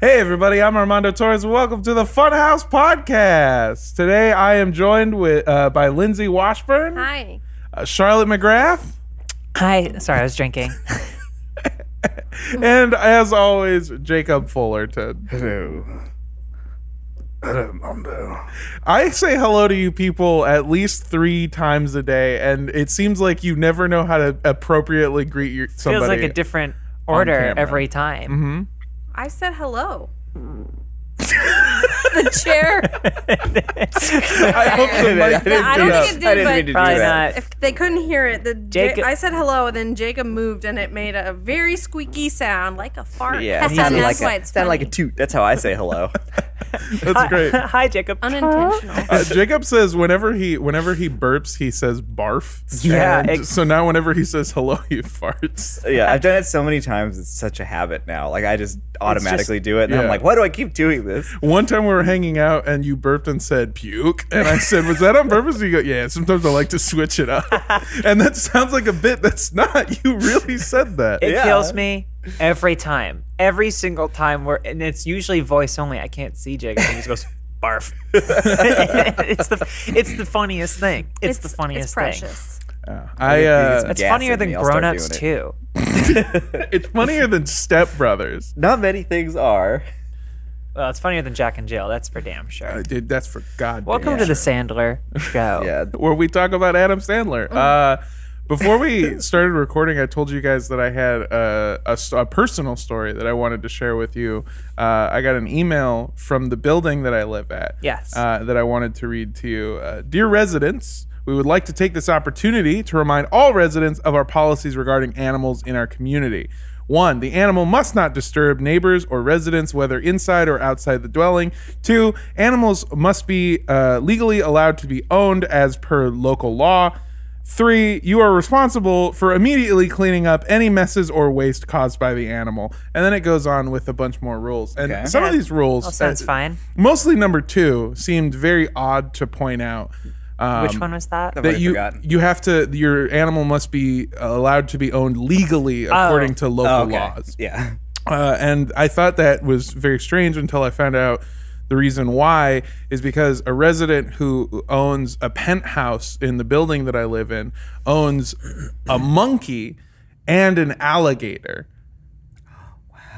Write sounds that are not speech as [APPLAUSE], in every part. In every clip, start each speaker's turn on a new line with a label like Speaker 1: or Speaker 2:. Speaker 1: Hey, everybody, I'm Armando Torres. Welcome to the Funhouse Podcast. Today I am joined with uh, by Lindsay Washburn,
Speaker 2: Hi.
Speaker 1: uh, Charlotte
Speaker 3: [LAUGHS]
Speaker 1: McGrath,
Speaker 3: Hi. Sorry, I was
Speaker 4: [LAUGHS]
Speaker 3: drinking.
Speaker 1: and as always, Jacob Fullerton.
Speaker 5: Hello. Hello, Mondo.
Speaker 1: I say hello to you people at least three times a day, and it seems like you never know how to appropriately greet your, somebody.
Speaker 3: Feels like a different order
Speaker 1: camera.
Speaker 3: every time.
Speaker 4: Mm-hmm.
Speaker 2: I said
Speaker 4: [LAUGHS]
Speaker 2: hello. the chair.
Speaker 1: I
Speaker 3: [LAUGHS]
Speaker 1: hope the mic picked
Speaker 2: I don't
Speaker 1: it up.
Speaker 2: think it did, but
Speaker 3: Probably not.
Speaker 2: if they couldn't hear it, the Ja-
Speaker 3: Jacob-
Speaker 2: I said hello, and then Jacob moved, and it made a very squeaky sound, like a fart.
Speaker 4: Yeah, it
Speaker 2: and
Speaker 4: sounded like
Speaker 2: that's why
Speaker 4: a,
Speaker 2: it's
Speaker 4: sounded like a
Speaker 2: funny.
Speaker 4: toot. That's how I say hello.
Speaker 1: That's great.
Speaker 3: [LAUGHS] Hi, Jacob.
Speaker 2: unintentional.
Speaker 1: Uh, Jacob says whenever he whenever he burps, he says barf.
Speaker 3: Yeah,
Speaker 1: And
Speaker 3: it-
Speaker 1: so now whenever he says hello, [LAUGHS] he farts.
Speaker 4: yeah, I've done it so many times. It's such a habit now. Like I just automatically do it, and
Speaker 1: yeah.
Speaker 4: I'm like, why do I keep doing this?
Speaker 1: One time we were hanging out and you burped and said puke. And I said, Was that on purpose? And you go, Yeah, sometimes I like to switch
Speaker 3: [LAUGHS]
Speaker 1: it up. and that sounds like a bit that's not. You really said that.
Speaker 3: It
Speaker 4: Yeah.
Speaker 3: kills me every time. Every single time where and it's usually voice only. I can't see Jacob. He just goes [LAUGHS] barf. it's the it's the funniest thing. It's, the funniest
Speaker 2: it's
Speaker 3: thing.
Speaker 2: precious.
Speaker 1: I uh,
Speaker 3: It's
Speaker 4: Gas
Speaker 3: funnier
Speaker 4: in
Speaker 3: than
Speaker 4: me, I'll start
Speaker 3: grown-ups
Speaker 4: doing
Speaker 3: too.
Speaker 1: it's funnier than Step Brothers.
Speaker 4: [LAUGHS] Not many things are.
Speaker 3: Well, it's funnier than Jack and Jill. That's for damn sure.
Speaker 1: Uh, Dude, that's for God.
Speaker 3: Welcome to the
Speaker 4: [LAUGHS]
Speaker 3: Sandler show.
Speaker 4: Yeah,
Speaker 1: where we talk about Adam
Speaker 3: Mm.
Speaker 1: Sandler. Uh, before we started recording, I told you guys that I had a, a s- a personal story that I wanted to share with you. Uh, I got an email from the building that I live at.
Speaker 3: Yes.
Speaker 1: Uh, that I wanted to read to you. Uh, Dear residents, we would like to take this opportunity to remind all residents of our policies regarding animals in our community. One, the animal must not disturb neighbors or residents, whether inside or outside the dwelling. Two, animals must be uh, legally allowed to be owned as per local law. Three, you are responsible for immediately cleaning up any messes or waste caused by the animal. And then it goes on with a bunch more rules. And
Speaker 4: Okay.
Speaker 1: some of these rules.
Speaker 3: All sounds
Speaker 1: uh,
Speaker 3: fine.
Speaker 1: Mostly number two seemed very odd to point out. Um,
Speaker 3: Which one was that?
Speaker 4: I've
Speaker 1: That
Speaker 4: already
Speaker 1: you
Speaker 4: forgotten.
Speaker 1: you have to your animal must be allowed to be owned legally according to local
Speaker 4: Oh, okay.
Speaker 1: laws.
Speaker 4: Yeah. [LAUGHS]
Speaker 1: Uh, and I thought that was very strange until I found out the reason why is because a resident who owns a penthouse in the building that I live in owns a monkey and an
Speaker 4: [GASPS]
Speaker 1: alligator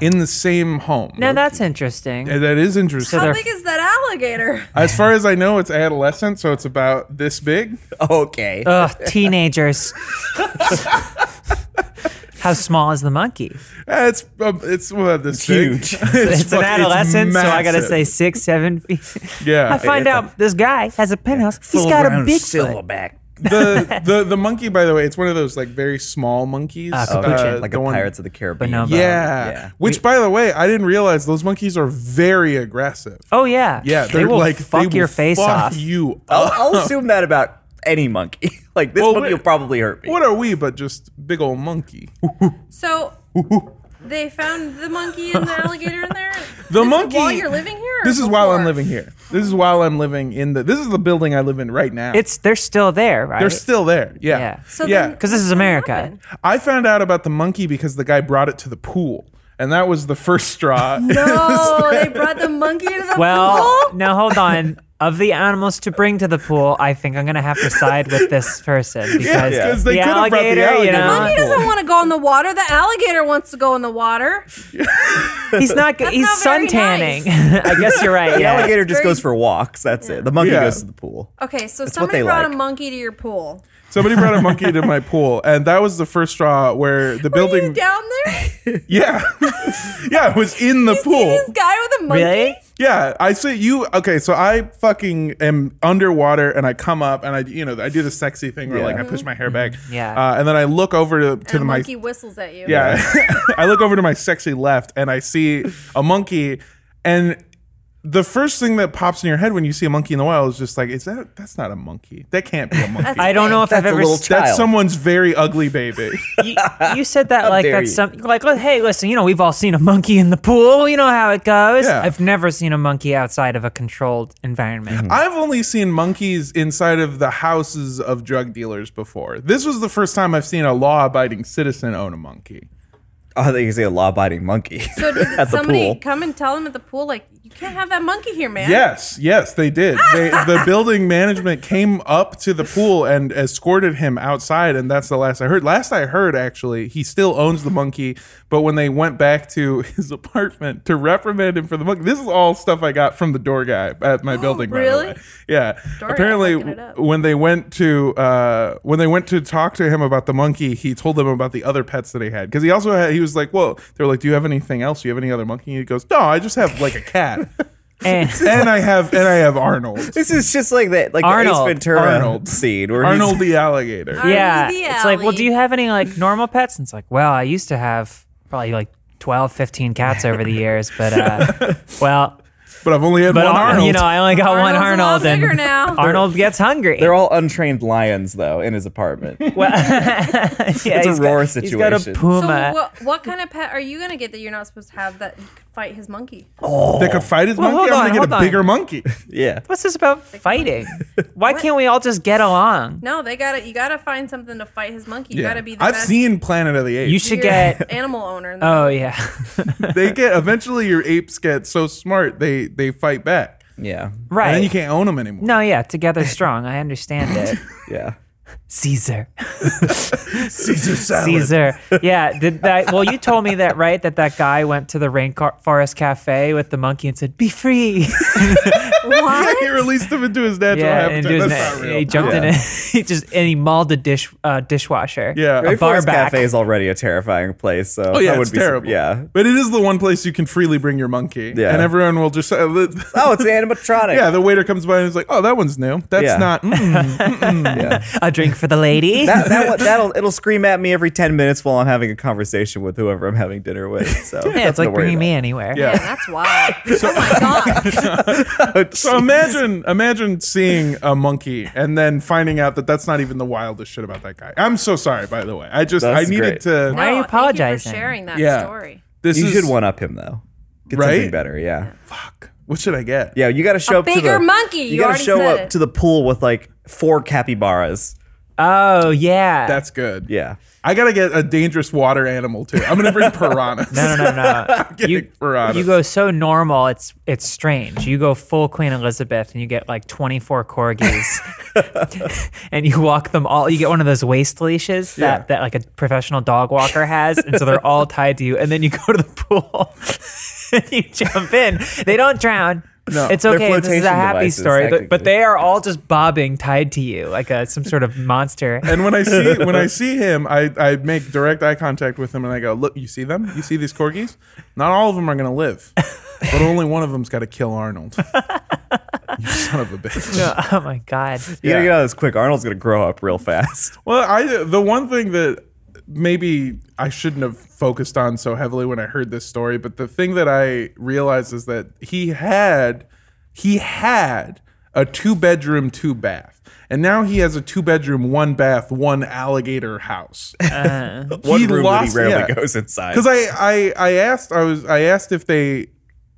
Speaker 1: in the same home.
Speaker 3: Now that's interesting.
Speaker 1: And that is interesting.
Speaker 3: they're
Speaker 2: How big is that alligator?
Speaker 1: As far as I know, it's adolescent, so it's about this big.
Speaker 4: Okay.
Speaker 3: Ugh, teenagers. [LAUGHS] How small is the monkey?
Speaker 1: Uh, It's uh, it's well, this
Speaker 4: Huge. [LAUGHS]
Speaker 1: Big. It's,
Speaker 3: It's, an
Speaker 1: fuck-
Speaker 3: adolescent, so I gotta
Speaker 1: massive.
Speaker 3: say six, seven
Speaker 1: [LAUGHS]
Speaker 3: feet.
Speaker 1: Yeah.
Speaker 3: I find
Speaker 4: It's a-
Speaker 3: out this guy has a penthouse. He's got a big foot.
Speaker 4: silverback.
Speaker 3: [LAUGHS]
Speaker 1: the, the the monkey. By the way, it's one of those like very small monkeys, Uh,
Speaker 3: Ah, capuchin.
Speaker 4: like
Speaker 1: the
Speaker 4: a
Speaker 1: one-
Speaker 4: Pirates of the Caribbean.
Speaker 3: Bonobo.
Speaker 1: Yeah.
Speaker 4: Yeah.
Speaker 1: Which, by the way, I didn't realize those monkeys are very aggressive.
Speaker 3: Oh yeah,
Speaker 1: Yeah,
Speaker 3: They
Speaker 1: they're
Speaker 3: will
Speaker 1: like
Speaker 3: fuck
Speaker 1: they will
Speaker 3: your face
Speaker 1: fuck
Speaker 3: off. Oh.
Speaker 1: You up.
Speaker 4: I'll, I'll assume that about any monkey. [LAUGHS] like this
Speaker 1: Well,
Speaker 4: monkey
Speaker 1: wait-
Speaker 4: will probably hurt me.
Speaker 1: What are we but just big old
Speaker 3: [LAUGHS]
Speaker 1: monkey?
Speaker 2: So they found the monkey and the alligator in there.
Speaker 1: The
Speaker 2: This is
Speaker 1: monkey.
Speaker 2: While you're living here. or
Speaker 1: This is while I'm
Speaker 2: before?
Speaker 1: living here. This is while I'm living in the. This is the building I live in right now.
Speaker 3: It's they're still there, right?
Speaker 1: they're still there. Yeah.
Speaker 3: Yeah.
Speaker 2: So
Speaker 1: yeah.
Speaker 2: then-
Speaker 3: because this is
Speaker 2: What
Speaker 3: America.
Speaker 2: happened?
Speaker 1: I found out about the monkey because the guy brought it to the pool, and that was the first straw.
Speaker 2: [LAUGHS] No, Oh, they brought the monkey into the
Speaker 1: [LAUGHS]
Speaker 3: [LAUGHS] Well,
Speaker 2: pool.
Speaker 3: now hold on. Of the animals to bring to the pool, I think I'm gonna have to side with this person because
Speaker 1: [LAUGHS] yeah. 'Cause they
Speaker 3: the,
Speaker 1: could've brought the
Speaker 3: alligator, you
Speaker 1: alligator.
Speaker 2: Monkey
Speaker 3: know,
Speaker 2: doesn't want to go in the water. The alligator wants to go in the water.
Speaker 3: he's not. good. he's
Speaker 2: not very
Speaker 3: suntanning. [LAUGHS]
Speaker 2: nice.
Speaker 3: I guess you're right.
Speaker 4: The
Speaker 3: yeah.
Speaker 4: alligator just
Speaker 2: Very-
Speaker 4: goes for walks. That's it. The monkey
Speaker 1: Yeah.
Speaker 4: goes to the pool.
Speaker 2: Okay, so
Speaker 4: what
Speaker 2: somebody
Speaker 4: they
Speaker 2: brought a
Speaker 4: like.
Speaker 2: monkey to your pool.
Speaker 1: Somebody brought a monkey to my pool, and that was the first straw where the
Speaker 2: Were you
Speaker 1: building.
Speaker 2: down there?
Speaker 1: [LAUGHS]
Speaker 2: [LAUGHS]
Speaker 1: yeah, [LAUGHS] yeah, it was in the
Speaker 2: See
Speaker 1: pool.
Speaker 2: this guy with a monkey?
Speaker 3: Really?
Speaker 1: Yeah, I see you. Okay, so I fucking am underwater, and I come up, and I, you know, I do the sexy thing where
Speaker 4: Yeah.
Speaker 1: like I push my hair back.
Speaker 3: Yeah.
Speaker 1: uh, and then I look over to, to
Speaker 2: And a
Speaker 1: my
Speaker 2: monkey whistles at you.
Speaker 1: Yeah. [LAUGHS] I look over to my sexy left and I see a monkey and the first thing that pops in your head when you see a monkey in the wild is just like, is that that's not a monkey. That can't be a monkey.
Speaker 3: I don't know if
Speaker 4: That's
Speaker 3: I've
Speaker 4: a
Speaker 3: ever
Speaker 4: little
Speaker 3: s-
Speaker 1: that's
Speaker 4: child.
Speaker 1: someone's very ugly baby. [LAUGHS]
Speaker 3: you, you said
Speaker 4: [LAUGHS]
Speaker 3: that like
Speaker 4: dare
Speaker 3: that's
Speaker 4: you.
Speaker 3: something like li- hey listen you know we've all seen a monkey in the pool you know how it goes
Speaker 1: Yeah.
Speaker 3: i've never seen a monkey outside of a controlled
Speaker 4: [LAUGHS]
Speaker 3: environment
Speaker 1: I've only seen monkeys inside of the houses of drug dealers before. This was the first time I've seen a law abiding citizen own a monkey.
Speaker 4: [LAUGHS] Oh, I think you say a law-abiding monkey
Speaker 2: [LAUGHS]
Speaker 1: [LAUGHS]
Speaker 2: So did
Speaker 4: [LAUGHS] at the
Speaker 2: somebody
Speaker 4: pool.
Speaker 2: come and tell him at the pool, like, you can't have that monkey here, man?
Speaker 1: Yes, yes, they did. They,
Speaker 2: [LAUGHS]
Speaker 1: the building management came up to the pool and escorted him outside, and that's the last I heard. Last I heard, actually, he still owns the monkey, but when they went back to [LAUGHS] his apartment to reprimand him for the monkey, this is all stuff I got from the door guy at
Speaker 2: [GASPS]
Speaker 1: my building. by the
Speaker 2: Oh, really?
Speaker 1: way. Yeah.
Speaker 2: Door guy's looking it
Speaker 1: Apparently,
Speaker 2: up.
Speaker 1: when they went to uh, when they went to talk to him about the monkey, he told them about the other pets that he had because he also had. He was like, "Whoa!" They're like, "Do you have anything else? Do you have any other monkey?" He goes, "No, I just have like a
Speaker 2: [LAUGHS]
Speaker 1: cat."
Speaker 4: [LAUGHS]
Speaker 3: And
Speaker 1: and I have and I have Arnold.
Speaker 4: This is just like that, like
Speaker 3: Arnold.
Speaker 4: the Ace Ventura
Speaker 1: Arnold.
Speaker 4: scene where
Speaker 1: Arnold
Speaker 4: he's,
Speaker 1: the alligator.
Speaker 3: [LAUGHS] yeah,
Speaker 2: Arnold the
Speaker 3: it's like, well,
Speaker 2: alley.
Speaker 3: do you have any like normal pets? And it's like, well, I used to have probably like 12, 15 cats over the years, but
Speaker 4: [LAUGHS]
Speaker 3: uh, well,
Speaker 1: But I've only had
Speaker 3: but
Speaker 1: one
Speaker 3: Ar-
Speaker 1: Arnold.
Speaker 3: you know, I only got one
Speaker 2: Arnold's a lot
Speaker 3: Arnold,
Speaker 2: bigger
Speaker 3: and
Speaker 2: now.
Speaker 3: [LAUGHS] Arnold gets hungry.
Speaker 4: [LAUGHS] they're all untrained lions though in
Speaker 1: [LAUGHS]
Speaker 4: his apartment.
Speaker 3: well, [LAUGHS] yeah,
Speaker 4: [LAUGHS] it's a
Speaker 3: he's got-
Speaker 4: roar
Speaker 3: He's got a
Speaker 2: So
Speaker 4: situation.
Speaker 3: puma.
Speaker 2: what, what kind of pet are you gonna get that you're not supposed to have that you could fight his monkey?
Speaker 1: that could fight his
Speaker 3: Well,
Speaker 1: monkey.
Speaker 3: hold
Speaker 1: I'm
Speaker 3: on,
Speaker 1: gonna get
Speaker 3: hold
Speaker 1: a
Speaker 3: on.
Speaker 1: bigger monkey.
Speaker 4: yeah,
Speaker 3: What's this about fighting? Why can't we all just get along?
Speaker 2: No, they gotta you gotta find something to fight his monkey. You
Speaker 1: Yeah.
Speaker 2: gotta be the
Speaker 1: I've
Speaker 2: best
Speaker 1: seen Planet of the Apes.
Speaker 3: You should
Speaker 2: your [LAUGHS]
Speaker 3: get.
Speaker 2: animal owner. In the
Speaker 3: Oh yeah, [LAUGHS]
Speaker 1: they get eventually your apes get so smart they they fight back.
Speaker 4: yeah,
Speaker 3: right.
Speaker 1: And then you can't own them anymore. [LAUGHS]
Speaker 3: No, yeah, together strong. I understand it.
Speaker 4: yeah.
Speaker 3: Caesar.
Speaker 1: Caesar salad.
Speaker 3: Caesar. Yeah. Did that? Well, you told me that, right? That that guy went to the rainforest cafe with the monkey and said, "Be free."
Speaker 1: Yeah, he released them into his natural
Speaker 3: yeah, and
Speaker 1: habitat.
Speaker 3: he, was-
Speaker 1: That's not real.
Speaker 3: he jumped in
Speaker 4: Yeah.
Speaker 3: it. [LAUGHS] He just and he mauled the dish uh, dishwasher.
Speaker 1: Yeah. Rainforest
Speaker 3: a bar
Speaker 4: Forest
Speaker 3: back.
Speaker 4: Cafe is already a terrifying place, so
Speaker 1: Oh yeah,
Speaker 4: that would
Speaker 1: it's
Speaker 4: be sur-
Speaker 1: terrible.
Speaker 4: Yeah.
Speaker 1: but it is the one place you can freely bring your monkey,
Speaker 4: Yeah.
Speaker 1: and everyone will just. uh,
Speaker 4: Oh, it's an
Speaker 1: [LAUGHS]
Speaker 4: animatronic.
Speaker 1: yeah, the waiter comes by and is like, "Oh, that one's new. That's
Speaker 4: Yeah.
Speaker 1: not."
Speaker 3: [LAUGHS]
Speaker 1: mm,
Speaker 4: yeah.
Speaker 3: A drink for the lady.
Speaker 4: That, that one, that'll it'll scream at me every ten minutes while I'm having a conversation with whoever I'm having dinner with. So
Speaker 3: [LAUGHS] yeah, it's like bringing me anywhere.
Speaker 1: Yeah.
Speaker 2: Man,
Speaker 1: [LAUGHS]
Speaker 2: that's wild. oh my god.
Speaker 1: So imagine, imagine seeing a monkey and then finding out that that's not even the wildest shit about that guy. I'm so sorry, by the way. I just
Speaker 4: That's
Speaker 1: I needed
Speaker 4: great.
Speaker 1: to.
Speaker 3: Why are you
Speaker 2: No, thank
Speaker 3: apologizing?
Speaker 2: for sharing that
Speaker 1: Yeah.
Speaker 2: story.
Speaker 1: This
Speaker 4: You
Speaker 1: is
Speaker 4: should one up him though. Get
Speaker 1: Right?
Speaker 4: something better. Yeah.
Speaker 1: What should I get?
Speaker 4: Yeah. You got to show up to
Speaker 2: bigger
Speaker 4: the
Speaker 2: monkey, you
Speaker 4: gotta
Speaker 2: already
Speaker 4: show
Speaker 2: said
Speaker 4: up
Speaker 2: it.
Speaker 4: to the pool with like four capybaras.
Speaker 3: Oh yeah.
Speaker 1: that's good.
Speaker 4: Yeah.
Speaker 1: I gotta get a dangerous water animal too. I'm gonna
Speaker 4: [LAUGHS]
Speaker 1: bring piranhas.
Speaker 3: no, no,
Speaker 1: [LAUGHS]
Speaker 3: no, no.
Speaker 1: getting piranhas.
Speaker 3: [LAUGHS] you go so normal, it's it's strange. You go full Queen Elizabeth, and you get like twenty four corgis,
Speaker 4: [LAUGHS]
Speaker 3: and you walk them all. You get one of those waist leashes that,
Speaker 1: Yeah.
Speaker 3: that like a professional dog walker has, and so they're
Speaker 4: [LAUGHS]
Speaker 3: all tied to you. And then you go to the pool, [LAUGHS] and you jump in. They don't drown.
Speaker 1: No,
Speaker 3: it's
Speaker 4: they're
Speaker 3: okay. This is
Speaker 4: flotation
Speaker 3: a happy
Speaker 4: devices,
Speaker 3: story, but- but
Speaker 4: technically.
Speaker 3: they are all just bobbing, tied to you like a some sort of
Speaker 4: [LAUGHS]
Speaker 3: monster. [LAUGHS]
Speaker 1: And when I see when I see him, I, I make direct eye contact with him and I go, Look, you see them? You see these corgis? Not all of them are gonna live. But only one of them's gotta kill
Speaker 4: [LAUGHS]
Speaker 1: Arnold. you son of a bitch.
Speaker 3: oh my god!
Speaker 4: You gotta get out of this quick. Arnold's gonna grow up real fast.
Speaker 3: [LAUGHS]
Speaker 1: Well, I the one thing that maybe I shouldn't have focused on so heavily when I heard this story, but the thing that I realized is that he had he had a two bedroom, two bath. And now he has a two bedroom, one bath, one alligator house. [LAUGHS]
Speaker 4: One room
Speaker 1: lost-
Speaker 4: that he rarely
Speaker 1: yeah.
Speaker 4: goes inside.
Speaker 1: Because I, I I asked I was I asked if they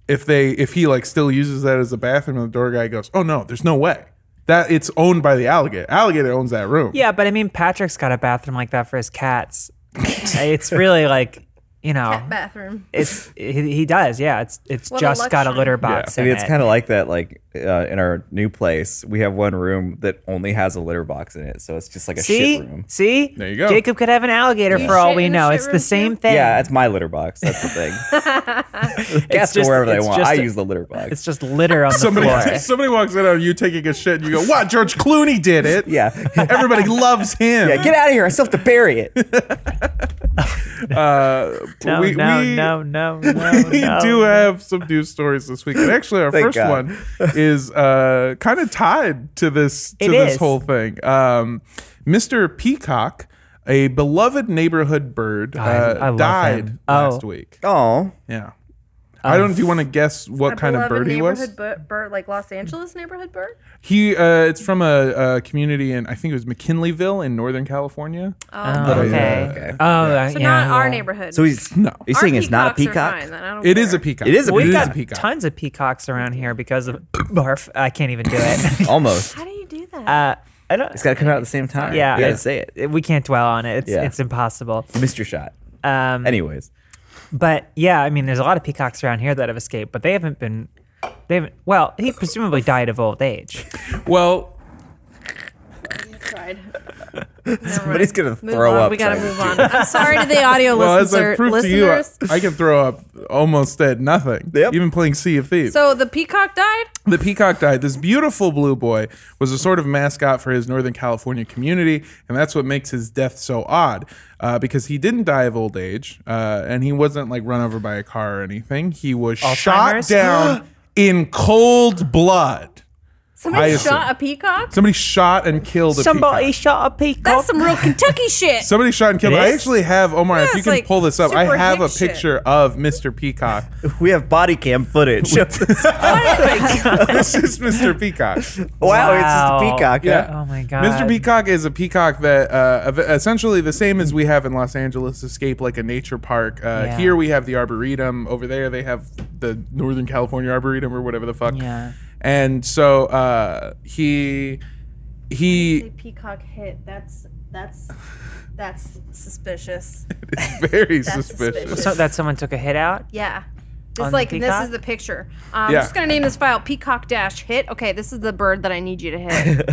Speaker 1: if they if he like still uses that as a bathroom and the door guy goes, Oh no, there's no way. That it's owned by the alligator. Alligator owns that room.
Speaker 3: Yeah, but I mean, Patrick's got a bathroom like that for his
Speaker 1: [LAUGHS]
Speaker 3: cats. it's really like, you know,
Speaker 2: Bathroom.
Speaker 3: it's he, he does. Yeah, it's it's
Speaker 2: What a
Speaker 3: just got a
Speaker 2: luxury.
Speaker 3: litter box.
Speaker 4: I
Speaker 3: in
Speaker 4: mean, it's
Speaker 3: it.
Speaker 4: kind of like that. Like uh, in our new place, we have one room that only has a litter box in it, so it's just like a
Speaker 3: see,
Speaker 4: shit room.
Speaker 3: see,
Speaker 1: There you go.
Speaker 3: Jacob could have an alligator
Speaker 2: You
Speaker 3: for all
Speaker 2: shit
Speaker 3: we
Speaker 2: in the
Speaker 3: know.
Speaker 2: shit
Speaker 3: It's the
Speaker 2: room
Speaker 3: same
Speaker 2: too?
Speaker 3: thing.
Speaker 4: Yeah, it's my litter box. That's the
Speaker 2: [LAUGHS]
Speaker 4: thing. Cats go
Speaker 3: just-
Speaker 4: wherever they
Speaker 3: it's
Speaker 4: want.
Speaker 3: just
Speaker 4: I
Speaker 3: a-
Speaker 4: use the litter box.
Speaker 3: it's just litter on the
Speaker 1: Somebody, [LAUGHS]
Speaker 3: floor.
Speaker 1: somebody walks in on you taking a shit and you go, What? George Clooney did it.
Speaker 4: yeah, [LAUGHS]
Speaker 1: [LAUGHS] Everybody loves him.
Speaker 4: yeah. Get out of here! I still have to bury it.
Speaker 3: [LAUGHS]
Speaker 1: uh, [LAUGHS]
Speaker 3: No,
Speaker 1: we,
Speaker 3: no,
Speaker 1: we-
Speaker 3: no, no, no,
Speaker 1: we
Speaker 3: no.
Speaker 1: do have some news stories this week. And actually, our
Speaker 4: Thank
Speaker 1: first
Speaker 4: God.
Speaker 1: one is uh, kind of tied to this to
Speaker 3: It
Speaker 1: this
Speaker 3: is.
Speaker 1: whole thing. Um, Mr. Peacock, a beloved neighborhood bird,
Speaker 3: I- I
Speaker 1: uh,
Speaker 3: love
Speaker 1: died
Speaker 3: him.
Speaker 1: last
Speaker 3: Oh.
Speaker 1: week.
Speaker 4: Oh,
Speaker 1: Yeah. I don't. Do you want to guess what
Speaker 2: A
Speaker 1: kind of
Speaker 2: beloved
Speaker 1: bird he was?
Speaker 2: neighborhood bu- bird, like Los Angeles neighborhood bird.
Speaker 1: He. Uh, it's from a, a community in I think it was McKinleyville in Northern California.
Speaker 3: Oh,
Speaker 1: Oh,
Speaker 3: okay.
Speaker 1: yeah.
Speaker 3: Oh, uh,
Speaker 2: So
Speaker 3: yeah,
Speaker 2: not our
Speaker 3: yeah.
Speaker 2: neighborhood.
Speaker 4: so he's
Speaker 1: No.
Speaker 4: He's
Speaker 2: Our
Speaker 4: saying it's not a
Speaker 2: peacocks are
Speaker 4: peacock.
Speaker 2: fine, then I don't
Speaker 1: It is
Speaker 2: care.
Speaker 1: a peacock.
Speaker 4: It is a-
Speaker 1: it
Speaker 3: We've
Speaker 1: is a
Speaker 3: got
Speaker 1: peacock.
Speaker 3: tons of peacocks around here because of [LAUGHS] barf. I can't even
Speaker 1: [LAUGHS]
Speaker 3: do
Speaker 2: [LAUGHS]
Speaker 3: it.
Speaker 4: Almost.
Speaker 2: How do you do that?
Speaker 3: Uh, I don't.
Speaker 4: It's got to come out at the same time.
Speaker 3: Yeah,
Speaker 4: you gotta
Speaker 3: it's-
Speaker 4: say it.
Speaker 3: we can't dwell on it. It's
Speaker 4: Yeah.
Speaker 3: it's impossible.
Speaker 4: You missed your shot.
Speaker 3: Um,
Speaker 4: Anyways,
Speaker 3: But yeah, I mean, there's a lot of peacocks around here that have escaped, but they haven't been. They haven't. Well, he presumably died of old age.
Speaker 1: Well,
Speaker 2: Tried. Somebody's
Speaker 4: Somebody's gonna throw
Speaker 2: on.
Speaker 4: up.
Speaker 2: We gotta
Speaker 4: trying to
Speaker 2: move
Speaker 4: do
Speaker 2: on. I'm sorry to the audio
Speaker 1: well, as I
Speaker 2: listeners.
Speaker 1: proved to you, I,
Speaker 2: listeners.
Speaker 1: I can throw up almost at nothing.
Speaker 4: Yep.
Speaker 1: Even playing Sea of Thieves.
Speaker 2: so the peacock died.
Speaker 1: The peacock died. This beautiful blue boy was a sort of mascot for his Northern California community, and that's what makes his death so odd. Uh, because he didn't die of old age, uh, and he wasn't like run over by a car or anything. He was shot
Speaker 3: Alzheimer's?
Speaker 1: down in cold blood.
Speaker 2: Somebody
Speaker 1: I
Speaker 2: shot
Speaker 1: assume.
Speaker 2: a peacock.
Speaker 1: Somebody shot and killed a
Speaker 3: Somebody
Speaker 1: peacock.
Speaker 3: shot a peacock.
Speaker 2: That's some real Kentucky shit.
Speaker 1: Somebody shot and killed.
Speaker 3: It
Speaker 1: I
Speaker 3: is?
Speaker 1: actually have Omar.
Speaker 2: Yeah,
Speaker 1: if you
Speaker 2: it's
Speaker 1: can
Speaker 2: like
Speaker 1: pull this up, I
Speaker 2: super
Speaker 1: have a
Speaker 2: hick shit.
Speaker 1: picture of Mr.
Speaker 3: [LAUGHS]
Speaker 1: Peacock. [LAUGHS]
Speaker 4: it. [LAUGHS] We have body cam footage. [LAUGHS] wow,
Speaker 1: this is Mr. Peacock.
Speaker 4: it's just a
Speaker 3: Wow.
Speaker 4: peacock.
Speaker 1: Yeah.
Speaker 4: Yeah.
Speaker 3: Oh my god.
Speaker 1: Mr. Peacock is a peacock that uh, ev- essentially the same as we have in Los Angeles, escape like a nature park. Uh,
Speaker 3: Yeah.
Speaker 1: Here we have the Arboretum. Over there they have the Northern California Arboretum or whatever the fuck.
Speaker 3: Yeah.
Speaker 1: And so uh, he he [LAUGHS]
Speaker 2: peacock hit. That's that's that's [LAUGHS] suspicious.
Speaker 1: is very
Speaker 2: That's
Speaker 1: suspicious.
Speaker 2: suspicious.
Speaker 3: So that someone took a
Speaker 2: [LAUGHS]
Speaker 3: hit out.
Speaker 2: Yeah.
Speaker 3: On
Speaker 2: Just like
Speaker 3: the
Speaker 2: this
Speaker 3: peacock?
Speaker 2: is the picture. Um,
Speaker 1: Yeah.
Speaker 2: I'm just gonna name this file peacock dash hit. Okay, this is the bird that I need you to hit.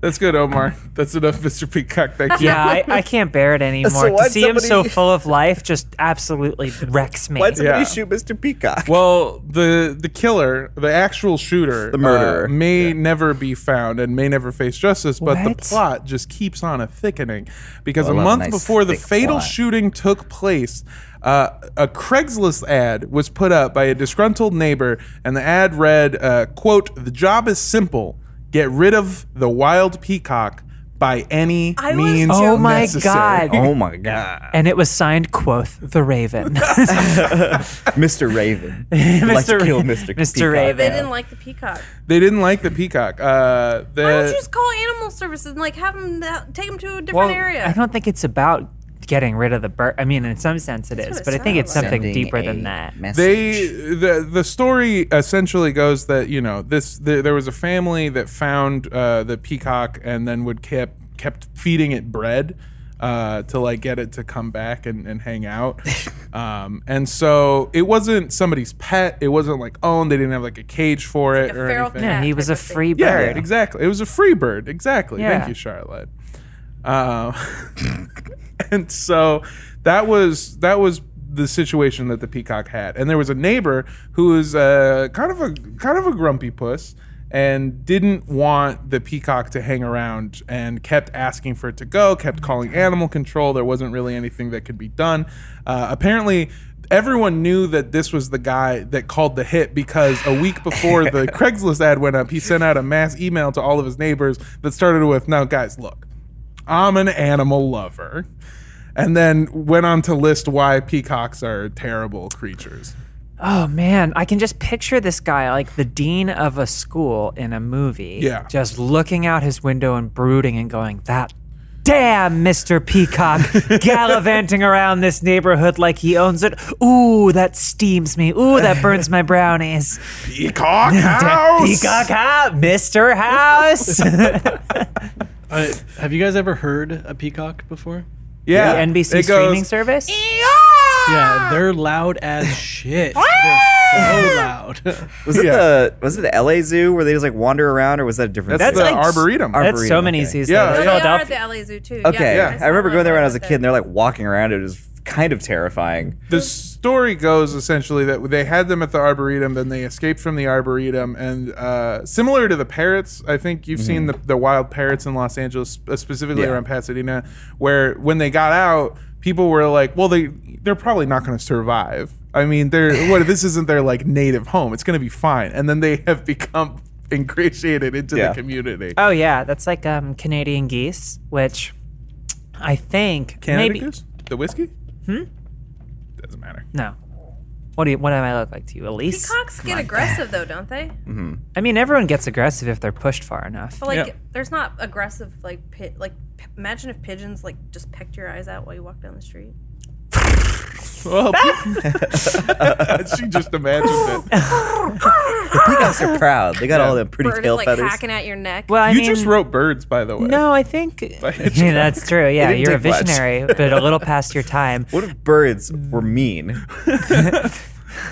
Speaker 1: That's good, Omar. That's enough, Mr. Peacock.
Speaker 2: [LAUGHS]
Speaker 1: Thank you.
Speaker 3: Yeah, I, I can't bear it anymore. to
Speaker 4: why'd
Speaker 3: see him so
Speaker 4: somebody-
Speaker 3: full of life just absolutely wrecks me.
Speaker 4: Why'd somebody
Speaker 1: Yeah.
Speaker 4: shoot Mr. Peacock? [LAUGHS]
Speaker 1: Well, the the killer, the actual shooter,
Speaker 4: The murderer.
Speaker 1: uh, may never be found and may never face justice. But the
Speaker 3: What?
Speaker 1: plot just keeps on a thickening because
Speaker 4: Well,
Speaker 1: a
Speaker 4: that's a
Speaker 1: month
Speaker 4: nice
Speaker 1: before the
Speaker 4: thick
Speaker 1: fatal
Speaker 4: plot.
Speaker 1: shooting took place, uh, a Craigslist ad was put up by a disgruntled neighbor, and the ad read, uh, "quote The job is simple: get rid of the wild peacock." By any
Speaker 2: I was
Speaker 1: means
Speaker 3: Oh my
Speaker 1: necessary."
Speaker 3: God.
Speaker 4: oh
Speaker 3: [LAUGHS]
Speaker 4: my god,
Speaker 3: and it was signed Quoth the Raven. [LAUGHS]
Speaker 4: Mr. Raven. I'd like to
Speaker 3: Mr.
Speaker 4: kill
Speaker 3: Raven.
Speaker 4: Mr.
Speaker 3: Mr.
Speaker 4: Peacock.
Speaker 3: Raven.
Speaker 2: they
Speaker 4: Yeah.
Speaker 2: didn't like the peacock.
Speaker 1: They didn't like the peacock. Uh, the,
Speaker 2: Why don't you just call animal services and like have them take them to a different area?
Speaker 3: I don't think it's about getting rid of the bird. I mean, in some sense it
Speaker 2: what
Speaker 3: is,
Speaker 2: it
Speaker 3: but I think it's
Speaker 2: sounds
Speaker 3: something
Speaker 4: Sending
Speaker 3: deeper
Speaker 4: a
Speaker 3: than that.
Speaker 1: they
Speaker 4: message.
Speaker 1: the the story essentially goes that you know this the, there was a family that found uh, the peacock and then would kept kept feeding it bread uh, to like get it to come back and, and hang
Speaker 2: [LAUGHS]
Speaker 1: out um, and so it wasn't somebody's pet it wasn't like owned they didn't have like a cage for it
Speaker 2: like a
Speaker 1: or
Speaker 2: feral
Speaker 1: anything
Speaker 2: cat.
Speaker 3: Yeah, he
Speaker 2: Yeah,
Speaker 3: was a
Speaker 2: type of thing.
Speaker 3: free
Speaker 1: yeah
Speaker 3: bird.
Speaker 1: exactly it was a free bird exactly
Speaker 3: Yeah.
Speaker 1: thank you charlotte uh, [LAUGHS] and so that was that was the situation that the peacock had and there was a neighbor who was uh, kind of a kind of a grumpy puss and didn't want the peacock to hang around and kept asking for it to go kept calling animal control there wasn't really anything that could be done uh, apparently everyone knew that this was the guy that called the hit because a week before the craigslist ad went up he sent out a mass email to all of his neighbors that started with now guys look I'm an animal lover. And then went on to list why peacocks are terrible creatures.
Speaker 3: Oh man, I can just picture this guy like the dean of a school in a movie.
Speaker 1: Yeah.
Speaker 3: Just looking out his window and brooding and going, that damn Mr.
Speaker 1: [LAUGHS]
Speaker 3: Peacock gallivanting around this neighborhood like he owns it. Ooh, that steams me. Ooh, that burns my brownies.
Speaker 1: [LAUGHS] Peacock house.
Speaker 3: Peacock House,
Speaker 1: [LAUGHS]
Speaker 3: Mr. House. the
Speaker 6: Uh, have you guys ever heard a peacock before?
Speaker 1: Yeah.
Speaker 3: NBC
Speaker 1: It goes,
Speaker 3: streaming service.
Speaker 6: Yeah, they're loud as shit. they're so loud. [LAUGHS]
Speaker 4: Was it
Speaker 1: Yeah.
Speaker 4: the was it the LA Zoo where they just like wander around, or was that a different?
Speaker 1: That's,
Speaker 4: zoo?
Speaker 1: the arboretum.
Speaker 4: Ar-
Speaker 3: That's so
Speaker 4: Arboretum,
Speaker 3: many
Speaker 4: okay.
Speaker 3: zoos.
Speaker 1: Yeah,
Speaker 3: though.
Speaker 1: yeah.
Speaker 2: No, they are at
Speaker 3: Philadelphia.
Speaker 2: the LA Zoo too.
Speaker 4: okay,
Speaker 1: Yeah.
Speaker 4: I remember going there when I was a kid, and they're like walking around. It was kind of terrifying.
Speaker 1: the story goes essentially that they had them at the arboretum, then they escaped from the arboretum, and uh, similar to the parrots, I think you've seen the, the wild parrots in Los Angeles, uh, specifically
Speaker 4: Mm-hmm. Yeah.
Speaker 1: around Pasadena, where when they got out, people were like, "Well, they they're probably not going to survive." I mean,
Speaker 4: [LAUGHS]
Speaker 1: they're what this isn't their like native home. It's going to be fine, and then they have become [LAUGHS] ingratiated into
Speaker 4: Yeah.
Speaker 1: the community.
Speaker 3: Oh yeah, that's like um, Canadian geese, which I think
Speaker 1: Canada
Speaker 3: maybe
Speaker 1: Goose? the whiskey. Hmm. Doesn't matter. [LAUGHS]
Speaker 3: no. What do you? What do I look like to you, Elise?
Speaker 4: Oh
Speaker 2: Peacocks get aggressive though, don't they?
Speaker 4: Mm.
Speaker 3: I mean, everyone gets aggressive if they're pushed far enough.
Speaker 2: But like,
Speaker 1: Yeah.
Speaker 2: there's not aggressive like pit like. p- Imagine if pigeons like just pecked your eyes out while you walked down the street.
Speaker 1: Well, she just imagined it.
Speaker 4: The peacocks are proud. They got all them pretty
Speaker 2: Bird is
Speaker 4: tail
Speaker 2: like
Speaker 4: feathers.
Speaker 2: hacking at your neck. [LAUGHS]
Speaker 3: Well, [LAUGHS] I
Speaker 1: you
Speaker 3: mean,
Speaker 1: just wrote birds, by the way.
Speaker 3: No, I think [LAUGHS] Yeah, that's true. Yeah,
Speaker 4: didn't
Speaker 3: you're a
Speaker 4: take much.
Speaker 3: visionary, but a little past your time.
Speaker 4: What if birds were mean?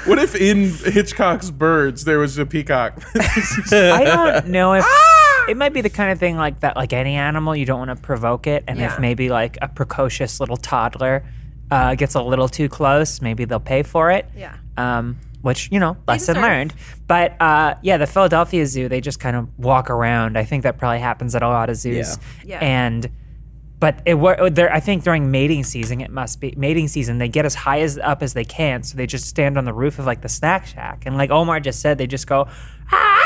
Speaker 1: What if in Hitchcock's Birds there was a peacock? [LAUGHS]
Speaker 3: I
Speaker 2: [LAUGHS]
Speaker 3: don't know if
Speaker 2: Ah!
Speaker 3: it might be the kind of thing like that, like any animal, you don't want to provoke it. And
Speaker 2: Yeah.
Speaker 3: if maybe like a precocious little toddler uh, gets a little too close, maybe they'll pay for it.
Speaker 2: Yeah.
Speaker 3: Um, which, you know, lesson
Speaker 2: deserve it.
Speaker 3: learned. But uh, yeah, the Philadelphia Zoo, they just kind of walk around. I think that probably happens at a lot of zoos.
Speaker 2: Yeah. Yeah.
Speaker 3: And. But it were there. I think during mating season, it must be mating season. They get as high as up as they can, so they just stand on the roof of like the snack shack, and like Omar just said, they just go, "Ah,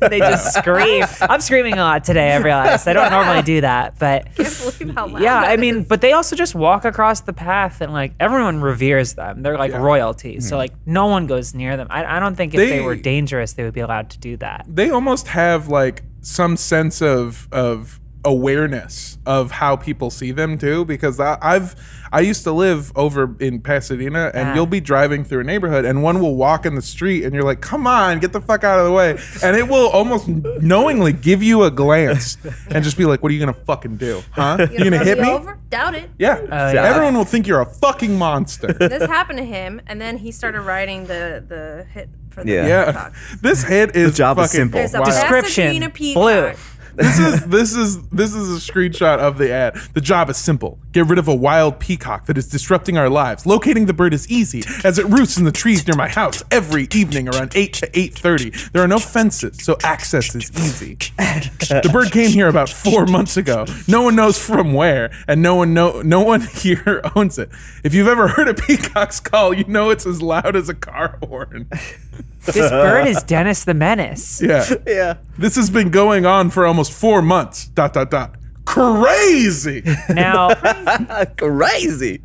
Speaker 3: they just scream. I'm screaming a lot today. I realized I don't normally do that, but
Speaker 2: can't believe how loud
Speaker 3: yeah,
Speaker 2: that
Speaker 3: I
Speaker 2: is.
Speaker 3: mean, but they also just walk across the path and like everyone reveres them. They're like royalty, so like no one goes near them. I, I don't think if they,
Speaker 1: Mm-hmm. They-
Speaker 3: were dangerous, they would be allowed to do that.
Speaker 1: they almost have like some sense of of awareness of how people see them too because I, I've I used to live over in Pasadena and
Speaker 3: Ah.
Speaker 1: you'll be driving through a neighborhood and one will walk in the street and you're like come on get the fuck out of the way and it will almost knowingly give you a glance and just be like what are you gonna fucking do
Speaker 2: [LAUGHS]
Speaker 1: huh you gonna
Speaker 2: Throw
Speaker 1: hit me
Speaker 2: Over? Doubt it.
Speaker 1: yeah.
Speaker 3: yeah.
Speaker 1: everyone will think you're a fucking monster [LAUGHS]
Speaker 2: [LAUGHS] This happened to him, and then he started writing the the hit for the
Speaker 4: Yeah.
Speaker 1: yeah
Speaker 2: peacock.
Speaker 1: this hit is
Speaker 4: job is
Speaker 1: fucking
Speaker 4: simple.
Speaker 2: There's a
Speaker 1: wild.
Speaker 2: Pasadena
Speaker 3: Description,
Speaker 2: peacock. Oh
Speaker 3: blue.
Speaker 1: this is this is this is a screenshot of the ad. The job is simple: get rid of a wild peacock that is disrupting our lives. Locating the bird is easy, as it roosts in the trees near my house every evening around eight to eight thirty. There are no fences, so access is easy. The bird came here about four months ago. No one knows from where, and no one know no one [LAUGHS] here owns it. If you've ever heard a peacock's call, you know it's as loud as a car horn.
Speaker 3: This bird is Dennis the Menace.
Speaker 1: Yeah.
Speaker 4: Yeah.
Speaker 1: This has been going on for almost four months. Dot dot dot. Crazy.
Speaker 3: Now,
Speaker 4: [LAUGHS] Crazy.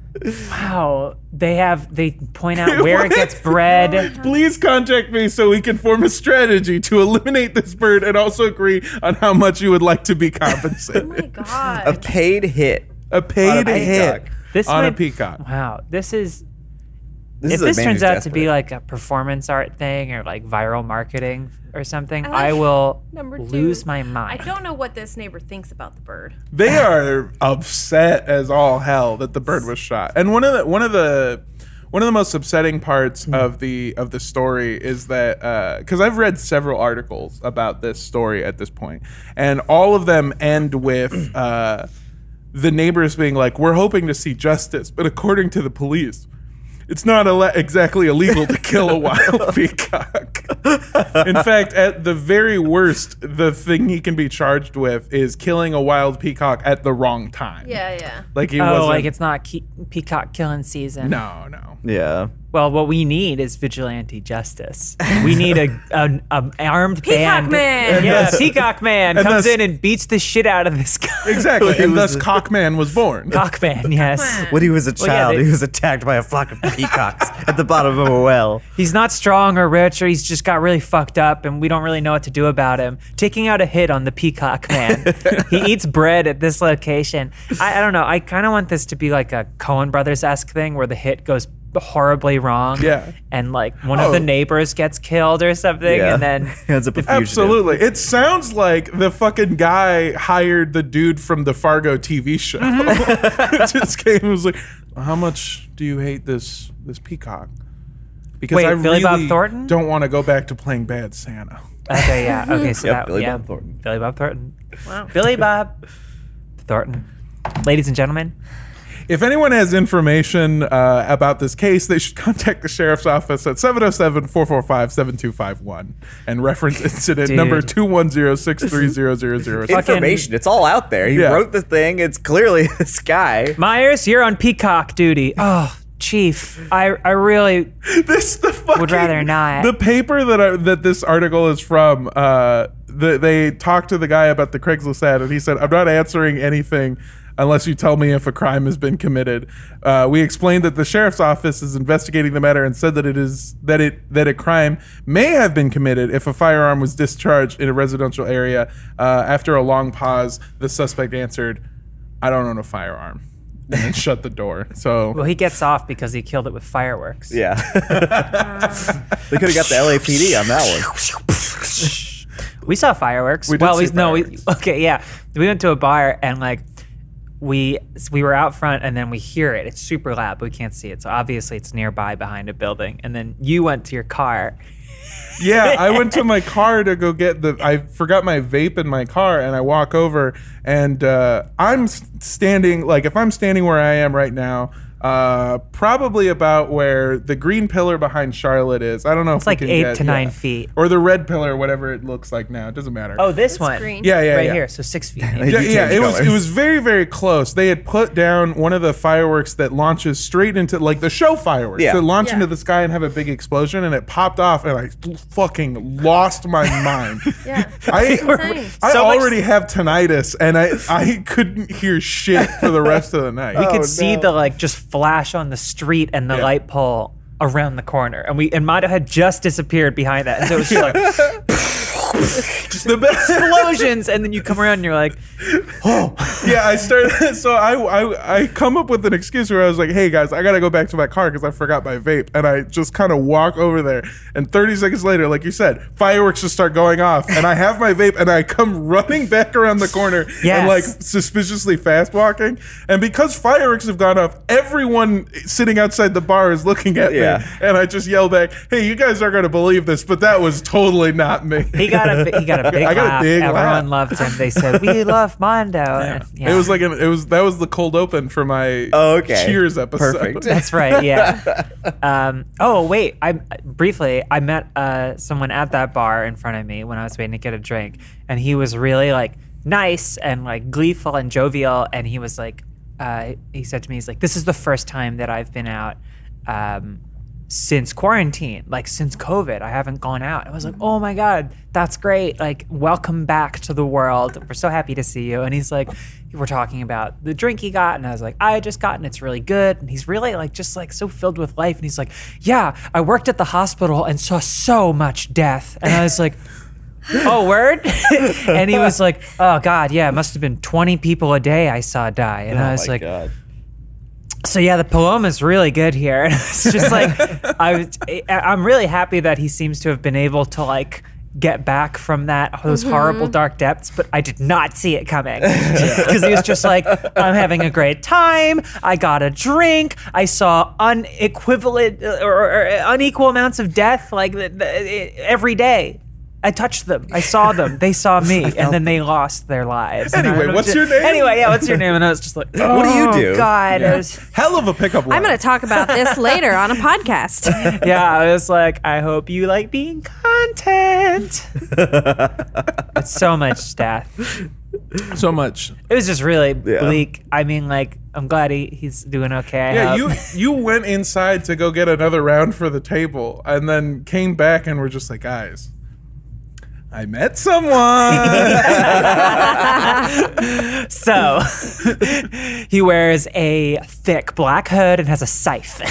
Speaker 3: wow, they have they
Speaker 1: [LAUGHS]
Speaker 3: point out where it
Speaker 1: What?
Speaker 3: gets bred.
Speaker 1: Please contact me so we can form a strategy to eliminate this bird and also agree on how much you would like to be
Speaker 2: Oh [LAUGHS]
Speaker 1: compensated.
Speaker 2: my god.
Speaker 4: [LAUGHS] A paid hit.
Speaker 1: a
Speaker 4: on a
Speaker 1: paid hit
Speaker 4: peacock.
Speaker 3: This
Speaker 1: on a
Speaker 3: might-
Speaker 1: peacock.
Speaker 3: Wow, this is if
Speaker 4: This is a
Speaker 3: this
Speaker 4: man
Speaker 3: turns
Speaker 4: who's
Speaker 3: out to be
Speaker 4: desperate.
Speaker 3: like a performance art thing or like viral marketing or something,
Speaker 2: I like
Speaker 3: I will
Speaker 2: Number two.
Speaker 3: lose my
Speaker 2: I
Speaker 3: mind.
Speaker 2: don't know what this neighbor thinks about the bird.
Speaker 1: they are upset as all hell that the bird was shot. And one of the one of the one of the most upsetting parts of the of the story is that because I've read several articles about this story at this point, and all of them end with uh, the neighbors being like, "We're hoping to see justice," but according to the police. It's not ele- exactly illegal to kill a [LAUGHS] wild peacock. In fact, at the very worst, the thing he can be charged with is killing a wild peacock at the wrong time.
Speaker 2: Yeah, yeah.
Speaker 1: Like he
Speaker 3: Oh,
Speaker 1: wasn't.
Speaker 3: like it's not ke- peacock killing season.
Speaker 1: no, no.
Speaker 4: Yeah.
Speaker 3: Well, what we need is vigilante justice. We need a an, an armed
Speaker 2: Peacock
Speaker 3: band.
Speaker 2: man.
Speaker 3: Yeah, Peacock Man comes
Speaker 1: that's-
Speaker 3: in and beats the shit out of this guy.
Speaker 1: [LAUGHS] Exactly. and thus, Cockman was born.
Speaker 3: Peacock Man, yes.
Speaker 4: When he was a child,
Speaker 3: yeah, they-
Speaker 4: he was attacked by a flock of
Speaker 3: [LAUGHS]
Speaker 4: peacocks at the bottom of a well.
Speaker 3: He's not strong or rich, or he's just got really fucked up, and we don't really know what to do about him. Taking out a hit on the peacock
Speaker 4: [LAUGHS]
Speaker 3: man. he eats bread at this location. I, I don't know. I kind of want this to be like a Cohen Brothers esque thing where the hit goes horribly wrong.
Speaker 1: Yeah.
Speaker 3: And like one
Speaker 1: Oh.
Speaker 3: of the neighbors gets killed or something, [LAUGHS]
Speaker 4: Yeah.
Speaker 3: and
Speaker 4: [LAUGHS]
Speaker 3: then.
Speaker 4: He ends up a fugitive. [LAUGHS]
Speaker 1: Absolutely. It sounds like the fucking guy hired the dude from the Fargo TV show. [LAUGHS] Just came and was like, "How much do you hate this this peacock?" Because
Speaker 3: Wait,
Speaker 1: I
Speaker 3: Billy
Speaker 1: really
Speaker 3: Bob Thornton?
Speaker 1: don't want to go back to playing bad Santa.
Speaker 3: Okay, yeah. Okay, so
Speaker 4: Yep,
Speaker 3: that.
Speaker 4: Billy
Speaker 3: yeah.
Speaker 4: Bob Thornton.
Speaker 3: Billy Bob Thornton.
Speaker 2: Wow.
Speaker 3: Billy Bob Thornton. Ladies and gentlemen,
Speaker 1: If anyone has information uh, about this case, they should contact the sheriff's office at 707-445-7251 and reference incident
Speaker 3: Dude.
Speaker 1: number 210-63000.
Speaker 3: [LAUGHS] Fuck.
Speaker 4: Information. It's all out there. He
Speaker 1: Yeah.
Speaker 4: wrote the thing. It's clearly [LAUGHS] this guy.
Speaker 3: Myers, you're on peacock duty. Oh, Chief, I, I really
Speaker 1: [LAUGHS] this the fucking,
Speaker 3: rather not.
Speaker 1: The paper that I, that this article is from, uh, the, they talked to the guy about the Craigslist ad, and he said, "I'm not answering anything." Unless you tell me if a crime has been committed, uh, we explained that the sheriff's office is investigating the matter and said that it is that it that a crime may have been committed if a firearm was discharged in a residential area. Uh, after a long pause, the suspect answered, "I don't own a firearm." and
Speaker 3: [LAUGHS]
Speaker 1: then shut the door. So
Speaker 3: Well, he gets off because he killed it with fireworks.
Speaker 4: Yeah. [LAUGHS] they could have got the LAPD on that one.
Speaker 3: [LAUGHS] We saw fireworks.
Speaker 1: We did
Speaker 3: well, we
Speaker 1: see
Speaker 3: no, we
Speaker 1: fireworks.
Speaker 3: [LAUGHS] okay, yeah. We went to a bar and like we we were out front and then we hear it. It's super loud, but we can't see it. So obviously it's nearby behind a building. And then you went to your car.
Speaker 1: yeah,
Speaker 3: [LAUGHS]
Speaker 1: I went to my car to go get the. I forgot my vape in my car, and I walk over, and uh, I'm s- standing like if I'm standing where I am right now. Uh, probably about where the green pillar behind Charlotte is. I don't know. It's
Speaker 3: like eight to nine feet.
Speaker 1: or the red pillar, whatever it looks like now. It doesn't matter.
Speaker 3: Oh, this
Speaker 2: It's
Speaker 3: one.
Speaker 2: green.
Speaker 1: yeah, yeah,
Speaker 3: right
Speaker 1: yeah.
Speaker 3: here. So
Speaker 1: [LAUGHS]
Speaker 3: six feet.
Speaker 1: Yeah,
Speaker 4: You
Speaker 1: yeah,
Speaker 4: change
Speaker 1: it was it
Speaker 4: colors.
Speaker 1: was very very close. They had put down one of the fireworks that launches straight into like the show fireworks
Speaker 4: Yeah.
Speaker 1: that launch
Speaker 2: Yeah.
Speaker 1: into the sky and have a big explosion, and it popped off, and I fucking lost my mind.
Speaker 2: [LAUGHS] Yeah.
Speaker 1: I,
Speaker 2: Insane.
Speaker 1: I
Speaker 3: So much-
Speaker 1: already have tinnitus, and I I couldn't hear shit for the rest of the night.
Speaker 3: we could see the like just flash on the street and the
Speaker 1: Oh, Yeah.
Speaker 3: light pole around the corner and we and Mato had just disappeared behind that and so it
Speaker 1: [LAUGHS]
Speaker 3: was just like
Speaker 1: [LAUGHS] the
Speaker 3: [LAUGHS]
Speaker 1: best.
Speaker 3: explosions and then you come around and you're like
Speaker 1: [LAUGHS] yeah, I started. So I, I I come up with an excuse where I was like, "Hey guys, I gotta go back to my car because I forgot my vape," and I just kind of walk over there. And 30 seconds later, like you said, fireworks just start going off, and I have my vape, and I come [LAUGHS] running back around the corner and
Speaker 3: Yes.
Speaker 1: like suspiciously fast walking. And because fireworks have gone off, everyone sitting outside the bar is looking at
Speaker 4: Yeah.
Speaker 1: me, and I just yell back, "Hey, you guys aren't gonna believe this, but that was totally not me."
Speaker 3: he got a bi-
Speaker 1: [LAUGHS]
Speaker 3: he got a big
Speaker 1: I got a
Speaker 3: laugh
Speaker 1: big
Speaker 3: everyone
Speaker 1: laugh.
Speaker 3: loved him they
Speaker 1: [LAUGHS]
Speaker 3: said we love Mondo And, yeah.
Speaker 1: It was like an, it was that was the cold open for my
Speaker 4: Oh, okay.
Speaker 1: Cheers episode. [LAUGHS]
Speaker 4: Perfect.
Speaker 3: That's right. Yeah. um, oh wait, I briefly I met uh, someone at that bar in front of me when I was waiting to get a drink, and he was really like nice and like gleeful and jovial, and he was like, uh, he said to me, he's like, this is the first time that I've been out. Um, since quarantine, like since COVID, I haven't gone out. I was like, oh my God, that's great. Like, welcome back to the world. We're so happy to see you. And he's like, we're talking about the drink he got. And I was like, I just got and it's really good. And he's really like, just like so filled with life. And he's like, yeah, I worked at the hospital and saw so much death. And I was
Speaker 4: [LAUGHS]
Speaker 3: like, oh word [LAUGHS] and he was like oh god yeah it must have been 20 people a day i saw die and i
Speaker 4: Oh
Speaker 3: was
Speaker 4: my
Speaker 3: like
Speaker 4: God. [LAUGHS]
Speaker 3: so yeah, the Paloma's really good here. [LAUGHS] And it's just like I was, I- I'm really happy that he seems to have been able to like get back from that those horrible dark depths. But I did not see it coming because he was just like, I'm having a great time. I got a drink. I saw unequivalent or, or, or unequal amounts of death like the, the, every day. I touched them. I saw them. They saw me, and then they lost their lives. And I
Speaker 1: Anyway,
Speaker 3: was
Speaker 1: what's
Speaker 3: just-
Speaker 1: your name?
Speaker 3: Anyway, yeah, what's your name? And I was just like,
Speaker 4: What do you
Speaker 3: oh,
Speaker 4: do?
Speaker 3: God, it was-
Speaker 1: Hell of a pickup line.
Speaker 2: I'm going to talk
Speaker 1: [LAUGHS]
Speaker 2: about this later on a podcast.
Speaker 3: yeah, I was like, I hope you like being content. it's so much death.
Speaker 1: so much.
Speaker 3: It was just really
Speaker 4: Yeah.
Speaker 3: bleak. I mean, like, I'm glad he, he's doing okay. I
Speaker 1: Yeah,
Speaker 3: hope.
Speaker 1: you you went inside to go get another round for the table, and then came back and were just like, guys, I met someone.
Speaker 3: [LAUGHS] So [LAUGHS] he wears a thick black hood and has a scythe.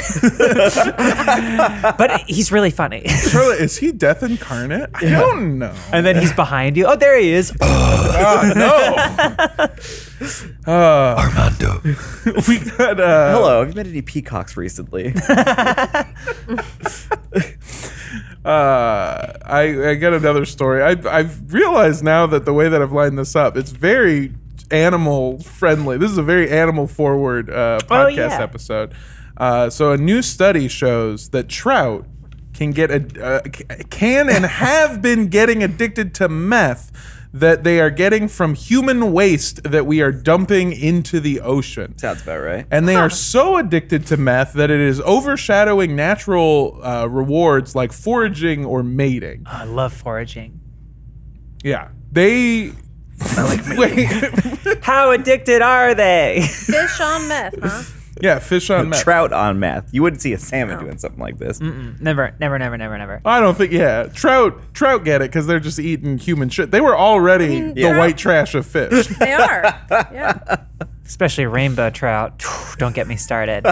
Speaker 3: [LAUGHS] but he's really funny.
Speaker 1: Charlotte, is he death incarnate? I don't know.
Speaker 3: And then he's behind you. Oh, there he
Speaker 1: [LAUGHS]
Speaker 3: is. [LAUGHS]
Speaker 1: Oh no. Uh,
Speaker 5: Armando.
Speaker 1: [LAUGHS] we got uh,
Speaker 4: Hello, have you met any peacocks recently?
Speaker 3: [LAUGHS]
Speaker 1: Uh, I, I got another story. I, I've realized now that the way that I've lined this up, it's very animal friendly. This is a very animal forward uh, podcast
Speaker 3: Oh, yeah.
Speaker 1: episode. Uh, so a new study shows that trout can get a uh, c- can
Speaker 3: [LAUGHS]
Speaker 1: and have been getting addicted to meth that they are getting from human waste that we are dumping into the ocean.
Speaker 4: Sounds about right.
Speaker 1: And they are so addicted to meth that it is overshadowing natural uh, rewards like foraging or mating.
Speaker 3: I love foraging.
Speaker 1: Yeah. They. [LAUGHS] Wait. [LAUGHS]
Speaker 3: How addicted are they? [LAUGHS]
Speaker 2: Fish on meth, huh?
Speaker 1: yeah, fish
Speaker 4: [LAUGHS]
Speaker 1: on meth.
Speaker 4: Trout on math. You wouldn't see a salmon doing something like this.
Speaker 3: never, never, never, never, never.
Speaker 1: I don't think, yeah. Trout trout get it because they're just eating human shit. They were already
Speaker 2: mean,
Speaker 1: the
Speaker 2: Yeah.
Speaker 1: white trash of
Speaker 3: [LAUGHS]
Speaker 1: fish. [LAUGHS]
Speaker 2: They are. Yeah.
Speaker 3: Especially rainbow trout. [SIGHS] Don't get me started.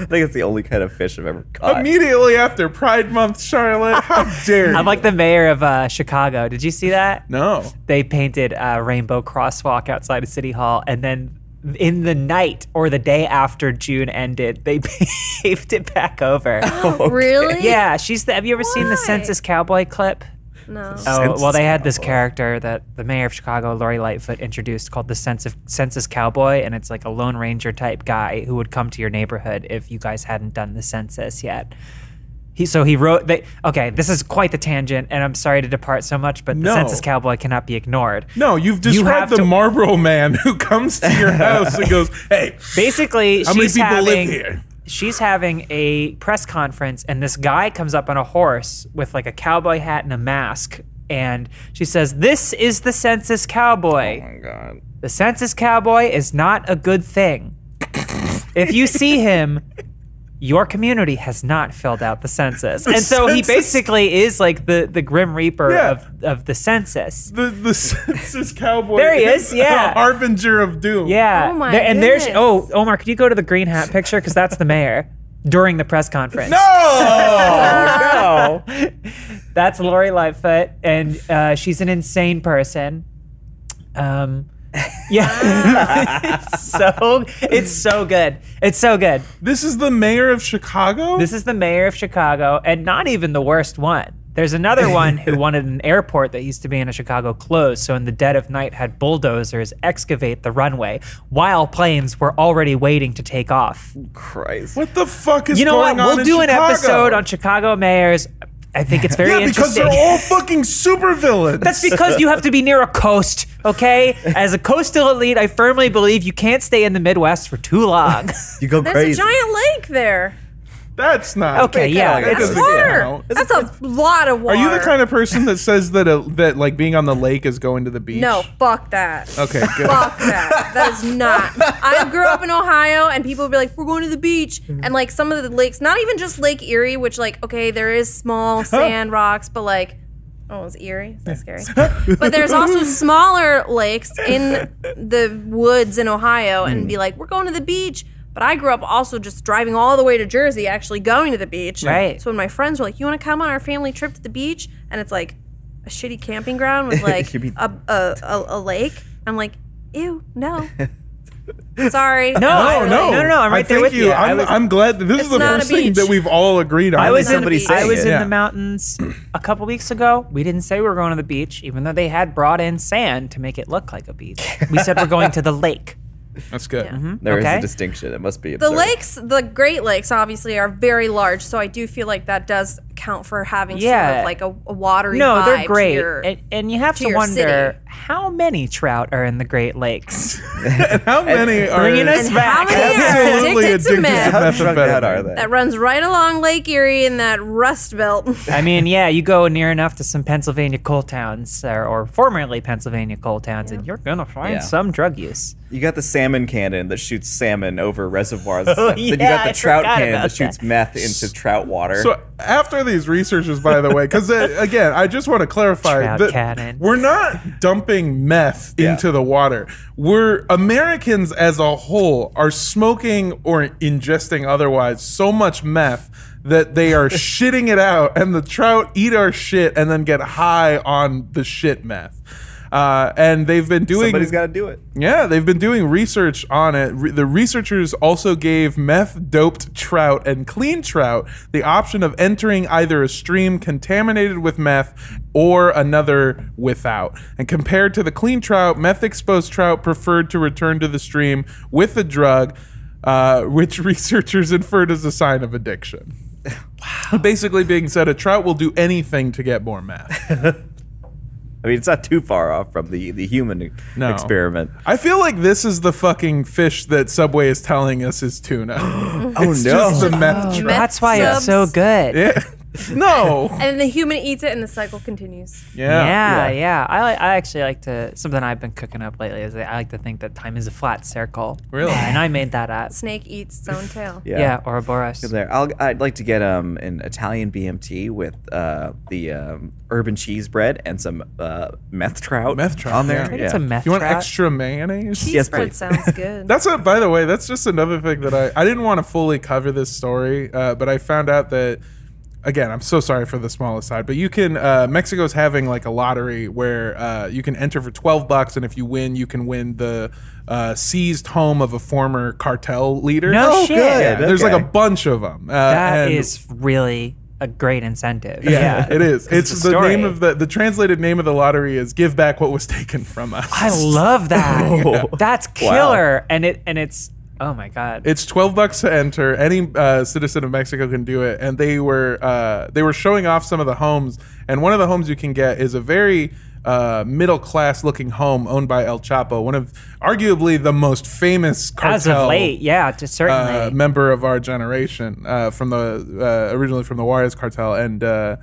Speaker 4: I think it's the only kind of fish I've ever caught.
Speaker 1: Immediately after Pride Month, Charlotte,
Speaker 3: [LAUGHS]
Speaker 1: how dare you?
Speaker 3: I'm like the mayor of uh, Chicago. Did you see that?
Speaker 1: no.
Speaker 3: They painted a rainbow crosswalk outside of City Hall, and then in the night or the day after June ended, they [LAUGHS] paved it back over.
Speaker 2: Oh, Really?
Speaker 3: yeah, she's the. Have you ever seen
Speaker 2: Why?
Speaker 3: the Census Cowboy clip?
Speaker 2: No.
Speaker 3: Oh, well,
Speaker 4: Census
Speaker 3: they had this
Speaker 4: Cowboy.
Speaker 3: character that the mayor of Chicago, Lori Lightfoot, introduced called the Census, Census Cowboy, and it's like a Lone Ranger type guy who would come to your neighborhood if you guys hadn't done the census yet. He, so he wrote that. Okay, this is quite the tangent, and I'm sorry to depart so much, but
Speaker 1: No.
Speaker 3: the Census Cowboy cannot be ignored.
Speaker 1: No, you've
Speaker 3: You
Speaker 1: described
Speaker 3: have
Speaker 1: the
Speaker 3: to-
Speaker 1: Marlboro man [LAUGHS] who comes to
Speaker 3: [LAUGHS]
Speaker 1: your house and goes, "Hey,
Speaker 3: Basically,
Speaker 1: how many
Speaker 3: she's
Speaker 1: people
Speaker 3: having,
Speaker 1: live here?"
Speaker 3: she's having a press conference and this guy comes up on a horse with like a cowboy hat and a mask and she says this is the census cowboy
Speaker 4: Oh my god.
Speaker 3: the census cowboy is not a good thing if you see him your community has not filled out the census and so he
Speaker 1: census-
Speaker 3: basically is like the the grim reaper
Speaker 1: Yeah.
Speaker 3: of of the census
Speaker 1: The the [LAUGHS] census cowboy.
Speaker 3: There he is, yeah.
Speaker 1: a [LAUGHS] harbinger of doom.
Speaker 3: yeah
Speaker 2: Oh my
Speaker 3: There- and there's
Speaker 2: goodness.
Speaker 3: oh omar could you go to the green hat picture because that's the mayor during the press conference
Speaker 1: No.
Speaker 3: Oh, no. That's Lori Lightfoot, and uh, she's an insane person. Um, yeah. [LAUGHS] It's so it's so good. It's so good.
Speaker 1: this is the mayor of Chicago.
Speaker 3: This is the mayor of Chicago, and not even the worst one. There's another one
Speaker 1: [LAUGHS]
Speaker 3: who wanted an airport that used to be in a Chicago closed, so in the dead of night had bulldozers excavate the runway while planes were already waiting to take off.
Speaker 4: Christ.
Speaker 1: what the fuck is
Speaker 3: You know
Speaker 1: going
Speaker 3: what?
Speaker 1: on?
Speaker 3: We'll
Speaker 1: in
Speaker 3: do an
Speaker 1: Chicago?
Speaker 3: episode on Chicago mayors. I think it's very
Speaker 1: Yeah, because
Speaker 3: interesting.
Speaker 1: they're all fucking supervillains.
Speaker 3: That's because you have to be near a coast, okay? As a coastal elite, I firmly believe you can't stay in the Midwest for
Speaker 2: [LAUGHS]
Speaker 3: too long.
Speaker 4: You go
Speaker 2: There's
Speaker 4: crazy.
Speaker 2: a giant lake there.
Speaker 1: That's not
Speaker 3: Okay, yeah.
Speaker 1: That
Speaker 3: It's
Speaker 1: doesn't
Speaker 2: Water.
Speaker 1: count.
Speaker 2: That's a lot of
Speaker 1: Are
Speaker 2: water.
Speaker 1: you the kind of person that says that a, that like being on the lake is going to the beach?
Speaker 2: No, fuck that. [LAUGHS]
Speaker 1: Okay, good.
Speaker 2: Fuck that. That is not. I grew up in Ohio and people would be like, we're going to the beach. And like some of the lakes, not even just Lake Erie, which like, okay, there is small sand rocks, but like, oh, it's Erie? Is that scary? but there's
Speaker 3: [LAUGHS]
Speaker 2: also smaller lakes in the woods in Ohio and be
Speaker 3: Hmm.
Speaker 2: like, we're going to the beach. But I grew up also just driving all the way to Jersey, actually going to the beach.
Speaker 3: Right.
Speaker 2: So when my friends were like, you want to come on our family trip to the beach? And it's like, a shitty camping ground
Speaker 3: [LAUGHS]
Speaker 2: with like
Speaker 4: should be-
Speaker 2: a, a, a, a lake. I'm like, ew,
Speaker 3: [LAUGHS]
Speaker 2: no. Sorry. No,
Speaker 3: I-
Speaker 1: Oh no,
Speaker 3: No, no, no, I'm right
Speaker 1: I
Speaker 3: there
Speaker 1: thank
Speaker 3: with you. I
Speaker 1: I'm,
Speaker 3: was-
Speaker 1: I'm glad that this is
Speaker 2: It's
Speaker 1: the
Speaker 2: not a
Speaker 1: first thing
Speaker 2: beach.
Speaker 1: that we've all agreed on.
Speaker 3: I was
Speaker 2: Somebody
Speaker 3: in, I
Speaker 2: saying
Speaker 3: was in
Speaker 4: it.
Speaker 1: Yeah.
Speaker 3: the mountains a couple weeks ago. We didn't say we were going to the beach, even though they had brought in sand to make it look like a beach. We said we're going to
Speaker 2: [LAUGHS]
Speaker 3: the lake.
Speaker 1: That's good.
Speaker 4: There is
Speaker 3: Okay.
Speaker 4: a distinction. It must be
Speaker 2: The
Speaker 4: observed.
Speaker 2: lakes, the Great Lakes, obviously are very large, so I do feel like that does count for having
Speaker 3: Yeah.
Speaker 2: sort of like a, a watery.
Speaker 3: No,
Speaker 2: vibe
Speaker 3: they're
Speaker 2: to
Speaker 3: great.
Speaker 2: your-
Speaker 3: and, and you have to,
Speaker 2: your
Speaker 3: wonder
Speaker 2: city.
Speaker 3: how many trout are in the Great Lakes.
Speaker 1: And how many are
Speaker 3: Bringing us
Speaker 2: And how
Speaker 3: back.
Speaker 2: many are
Speaker 1: absolutely
Speaker 2: addicted to
Speaker 1: addicted to
Speaker 2: meth?
Speaker 4: How drunk out are
Speaker 1: methamphetamine?
Speaker 4: they?
Speaker 2: that runs right along Lake Erie in that
Speaker 1: [LAUGHS]
Speaker 2: Rust Belt.
Speaker 3: I mean, yeah, you go near enough to some Pennsylvania coal towns or, or formerly Pennsylvania coal towns, and you're gonna find
Speaker 4: Yeah.
Speaker 3: some drug use.
Speaker 4: You got the salmon cannon that shoots salmon over reservoirs. and stuff. then you
Speaker 3: yeah,
Speaker 4: got the
Speaker 3: I
Speaker 4: trout
Speaker 3: forgot
Speaker 4: cannon
Speaker 3: about
Speaker 4: that shoots meth into trout water.
Speaker 1: So after these researchers, by the way, because
Speaker 4: [LAUGHS]
Speaker 1: again, I just want to clarify
Speaker 3: Trout cannon.
Speaker 1: we're not dumping meth
Speaker 4: Yeah.
Speaker 1: into the water. We're Americans as a whole are smoking or ingesting otherwise so much meth that they
Speaker 4: [LAUGHS]
Speaker 1: are shitting it out, and the trout eat our shit and then get high on the shit meth. Uh, and they've been doing
Speaker 4: Somebody's got to do it.
Speaker 1: yeah, they've been doing research on it. Re- the researchers also gave meth doped trout and clean trout the option of entering either a stream contaminated with meth or another without. And compared to the clean trout, meth exposed trout preferred to return to the stream with the drug, uh, [LAUGHS] which researchers inferred as a sign of addiction. Basically, being said, a trout will do anything to get more meth.
Speaker 4: I mean, it's not too far off from the, the human
Speaker 1: No.
Speaker 4: experiment.
Speaker 1: I feel like this is the fucking fish that Subway is telling us is
Speaker 3: [GASPS]
Speaker 1: tuna.
Speaker 4: Oh,
Speaker 1: it's
Speaker 4: no.
Speaker 1: just the meth. [LAUGHS] tr-
Speaker 3: That's why it's so
Speaker 2: Subs.
Speaker 3: good. Yeah, [LAUGHS]
Speaker 1: no.
Speaker 2: And then the human eats it, and the cycle continues.
Speaker 1: Yeah.
Speaker 3: yeah. I, li- I actually like to. Something I've been cooking up lately is that I like to think that time is a flat circle.
Speaker 1: Really?
Speaker 3: And I made that up.
Speaker 2: Snake eats its
Speaker 1: [LAUGHS]
Speaker 2: own tail.
Speaker 4: Yeah.
Speaker 3: Yeah, Ouroboros.
Speaker 4: There, I'll, I'd like to get um an Italian BMT with uh the um, urban cheese bread and some uh, meth trout.
Speaker 1: Meth trout,
Speaker 4: on there.
Speaker 1: yeah.
Speaker 3: It's a meth
Speaker 1: You want
Speaker 3: trap.
Speaker 1: extra mayonnaise?
Speaker 2: Cheese
Speaker 4: Yes,
Speaker 1: [LAUGHS]
Speaker 4: please.
Speaker 2: sounds good.
Speaker 1: That's a, by the way, that's just another thing that I, I didn't want to fully cover this story, uh, but I found out that again, I'm so sorry for the small aside, but you can. Uh, Mexico's having like a lottery where uh, you can enter for 12 bucks, and if you win, you can win the uh, seized home of a former cartel leader.
Speaker 3: No Oh, shit. good.
Speaker 1: Yeah, There's like
Speaker 4: Okay.
Speaker 1: a bunch of them. Uh,
Speaker 3: That
Speaker 1: and-
Speaker 3: is really a great incentive. [LAUGHS]
Speaker 1: Yeah, it is.
Speaker 3: 'Cause
Speaker 1: It's
Speaker 3: a
Speaker 1: the
Speaker 3: story.
Speaker 1: name of the the translated name of the lottery is "Give Back What Was Taken From Us."
Speaker 3: I love
Speaker 1: [LAUGHS]
Speaker 3: that.
Speaker 4: Yeah.
Speaker 3: That's killer. And it and it's oh my god.
Speaker 1: It's twelve bucks to enter. Any uh, citizen of Mexico can do it. And they were uh, they were showing off some of the homes, and one of the homes you can get is a very uh, middle class looking home owned by El Chapo, one of arguably the most famous cartel
Speaker 3: As of late, yeah, to certainly.
Speaker 1: uh, member of our generation uh, from the uh, originally from the Juarez cartel, and uh,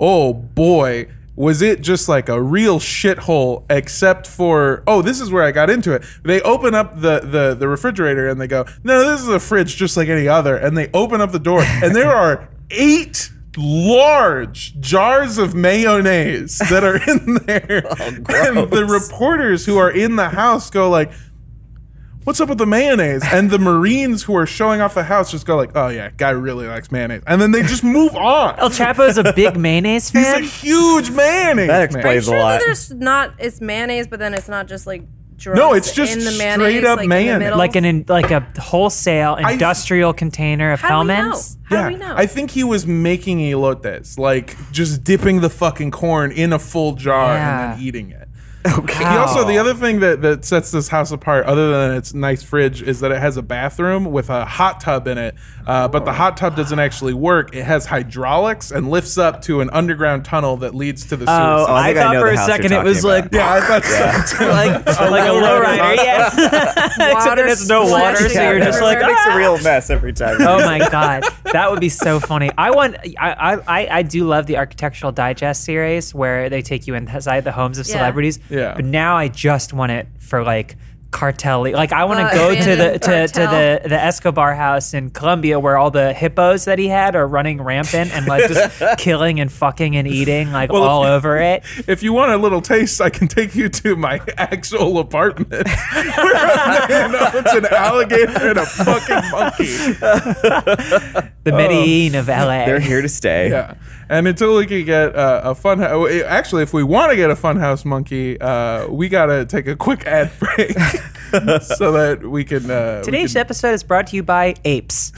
Speaker 1: oh boy, was it just like a real shithole. Except for oh, this is where I got into it. They open up the the the refrigerator and they go, no, this is a fridge just like any other, and they open up the door and there [LAUGHS] are eight. Large jars of mayonnaise that are in [LAUGHS] there, and the reporters who are in the house go like, what's up with the mayonnaise? And the Marines who are showing off the house just go like, oh yeah, guy really likes mayonnaise. And then they just move [LAUGHS] on.
Speaker 3: El Chapo's
Speaker 1: [LAUGHS]
Speaker 3: a big mayonnaise
Speaker 1: He's a
Speaker 3: fan.
Speaker 1: huge mayonnaise.
Speaker 4: That
Speaker 1: man.
Speaker 4: explains
Speaker 2: sure
Speaker 4: a lot.
Speaker 2: that there's not it's mayonnaise, but then it's not just like drugs
Speaker 1: No, it's just
Speaker 2: in the
Speaker 1: straight
Speaker 2: mayonnaise,
Speaker 1: up
Speaker 2: like, In
Speaker 1: mayonnaise.
Speaker 2: the middle.
Speaker 3: like an in, like a wholesale
Speaker 1: I-
Speaker 3: industrial container of
Speaker 2: how do we know?
Speaker 3: helmets.
Speaker 2: How do we know?
Speaker 1: I think he was making elotes, like just dipping the fucking corn in a full jar and then
Speaker 3: Yeah. Oh,
Speaker 1: eating it.
Speaker 3: Okay.
Speaker 1: He also the other thing that, that sets this house apart, other than its nice fridge, is that it has a bathroom with a hot tub in it. Uh, but the hot tub doesn't actually work. It has hydraulics and lifts up to an underground tunnel that leads to the sewer.
Speaker 3: Oh,
Speaker 4: I
Speaker 3: I,
Speaker 4: think I
Speaker 3: thought
Speaker 4: know
Speaker 3: for
Speaker 4: the
Speaker 3: a
Speaker 4: house you're
Speaker 3: second it
Speaker 4: talking
Speaker 3: was [LAUGHS] like
Speaker 4: [LAUGHS] about. Oh,
Speaker 1: yeah, I thought so. too. [LAUGHS]
Speaker 3: [LAUGHS] like like a lowrider. Yeah,
Speaker 4: [LAUGHS]
Speaker 3: except
Speaker 2: Water
Speaker 3: there's no water, so
Speaker 2: splashes
Speaker 3: you're just like,
Speaker 4: it
Speaker 3: [LAUGHS]
Speaker 4: makes a
Speaker 3: "Ah."
Speaker 4: real mess every time.
Speaker 3: oh my god, that would be so funny. I want. I I I- I do love the Architectural Digest series where they take you inside the homes of
Speaker 2: Yeah.
Speaker 3: celebrities.
Speaker 1: Yeah.
Speaker 3: But now I just want it for like cartel. Like I want to
Speaker 2: Uh,
Speaker 3: go to the
Speaker 2: abandoned
Speaker 3: to, to
Speaker 2: cartel.
Speaker 3: the the Escobar house in Colombia where all the hippos that he had are running rampant and like
Speaker 4: [LAUGHS]
Speaker 3: just killing and fucking and eating like
Speaker 1: if-
Speaker 3: all over it.
Speaker 1: If you want a little taste, I can take you to my [LAUGHS] actual apartment. [LAUGHS] Where a man owns an alligator and a fucking monkey.
Speaker 3: [LAUGHS] The Medellin of LA.
Speaker 4: [LAUGHS] They're here to stay.
Speaker 1: Yeah. And until we can get uh, a fun house, actually, if we want to get a fun house monkey, uh, we got to take a quick ad
Speaker 3: [LAUGHS]
Speaker 1: break [LAUGHS] so that we can. Uh, we
Speaker 3: Today's
Speaker 1: can-
Speaker 3: episode is brought to you by Apes.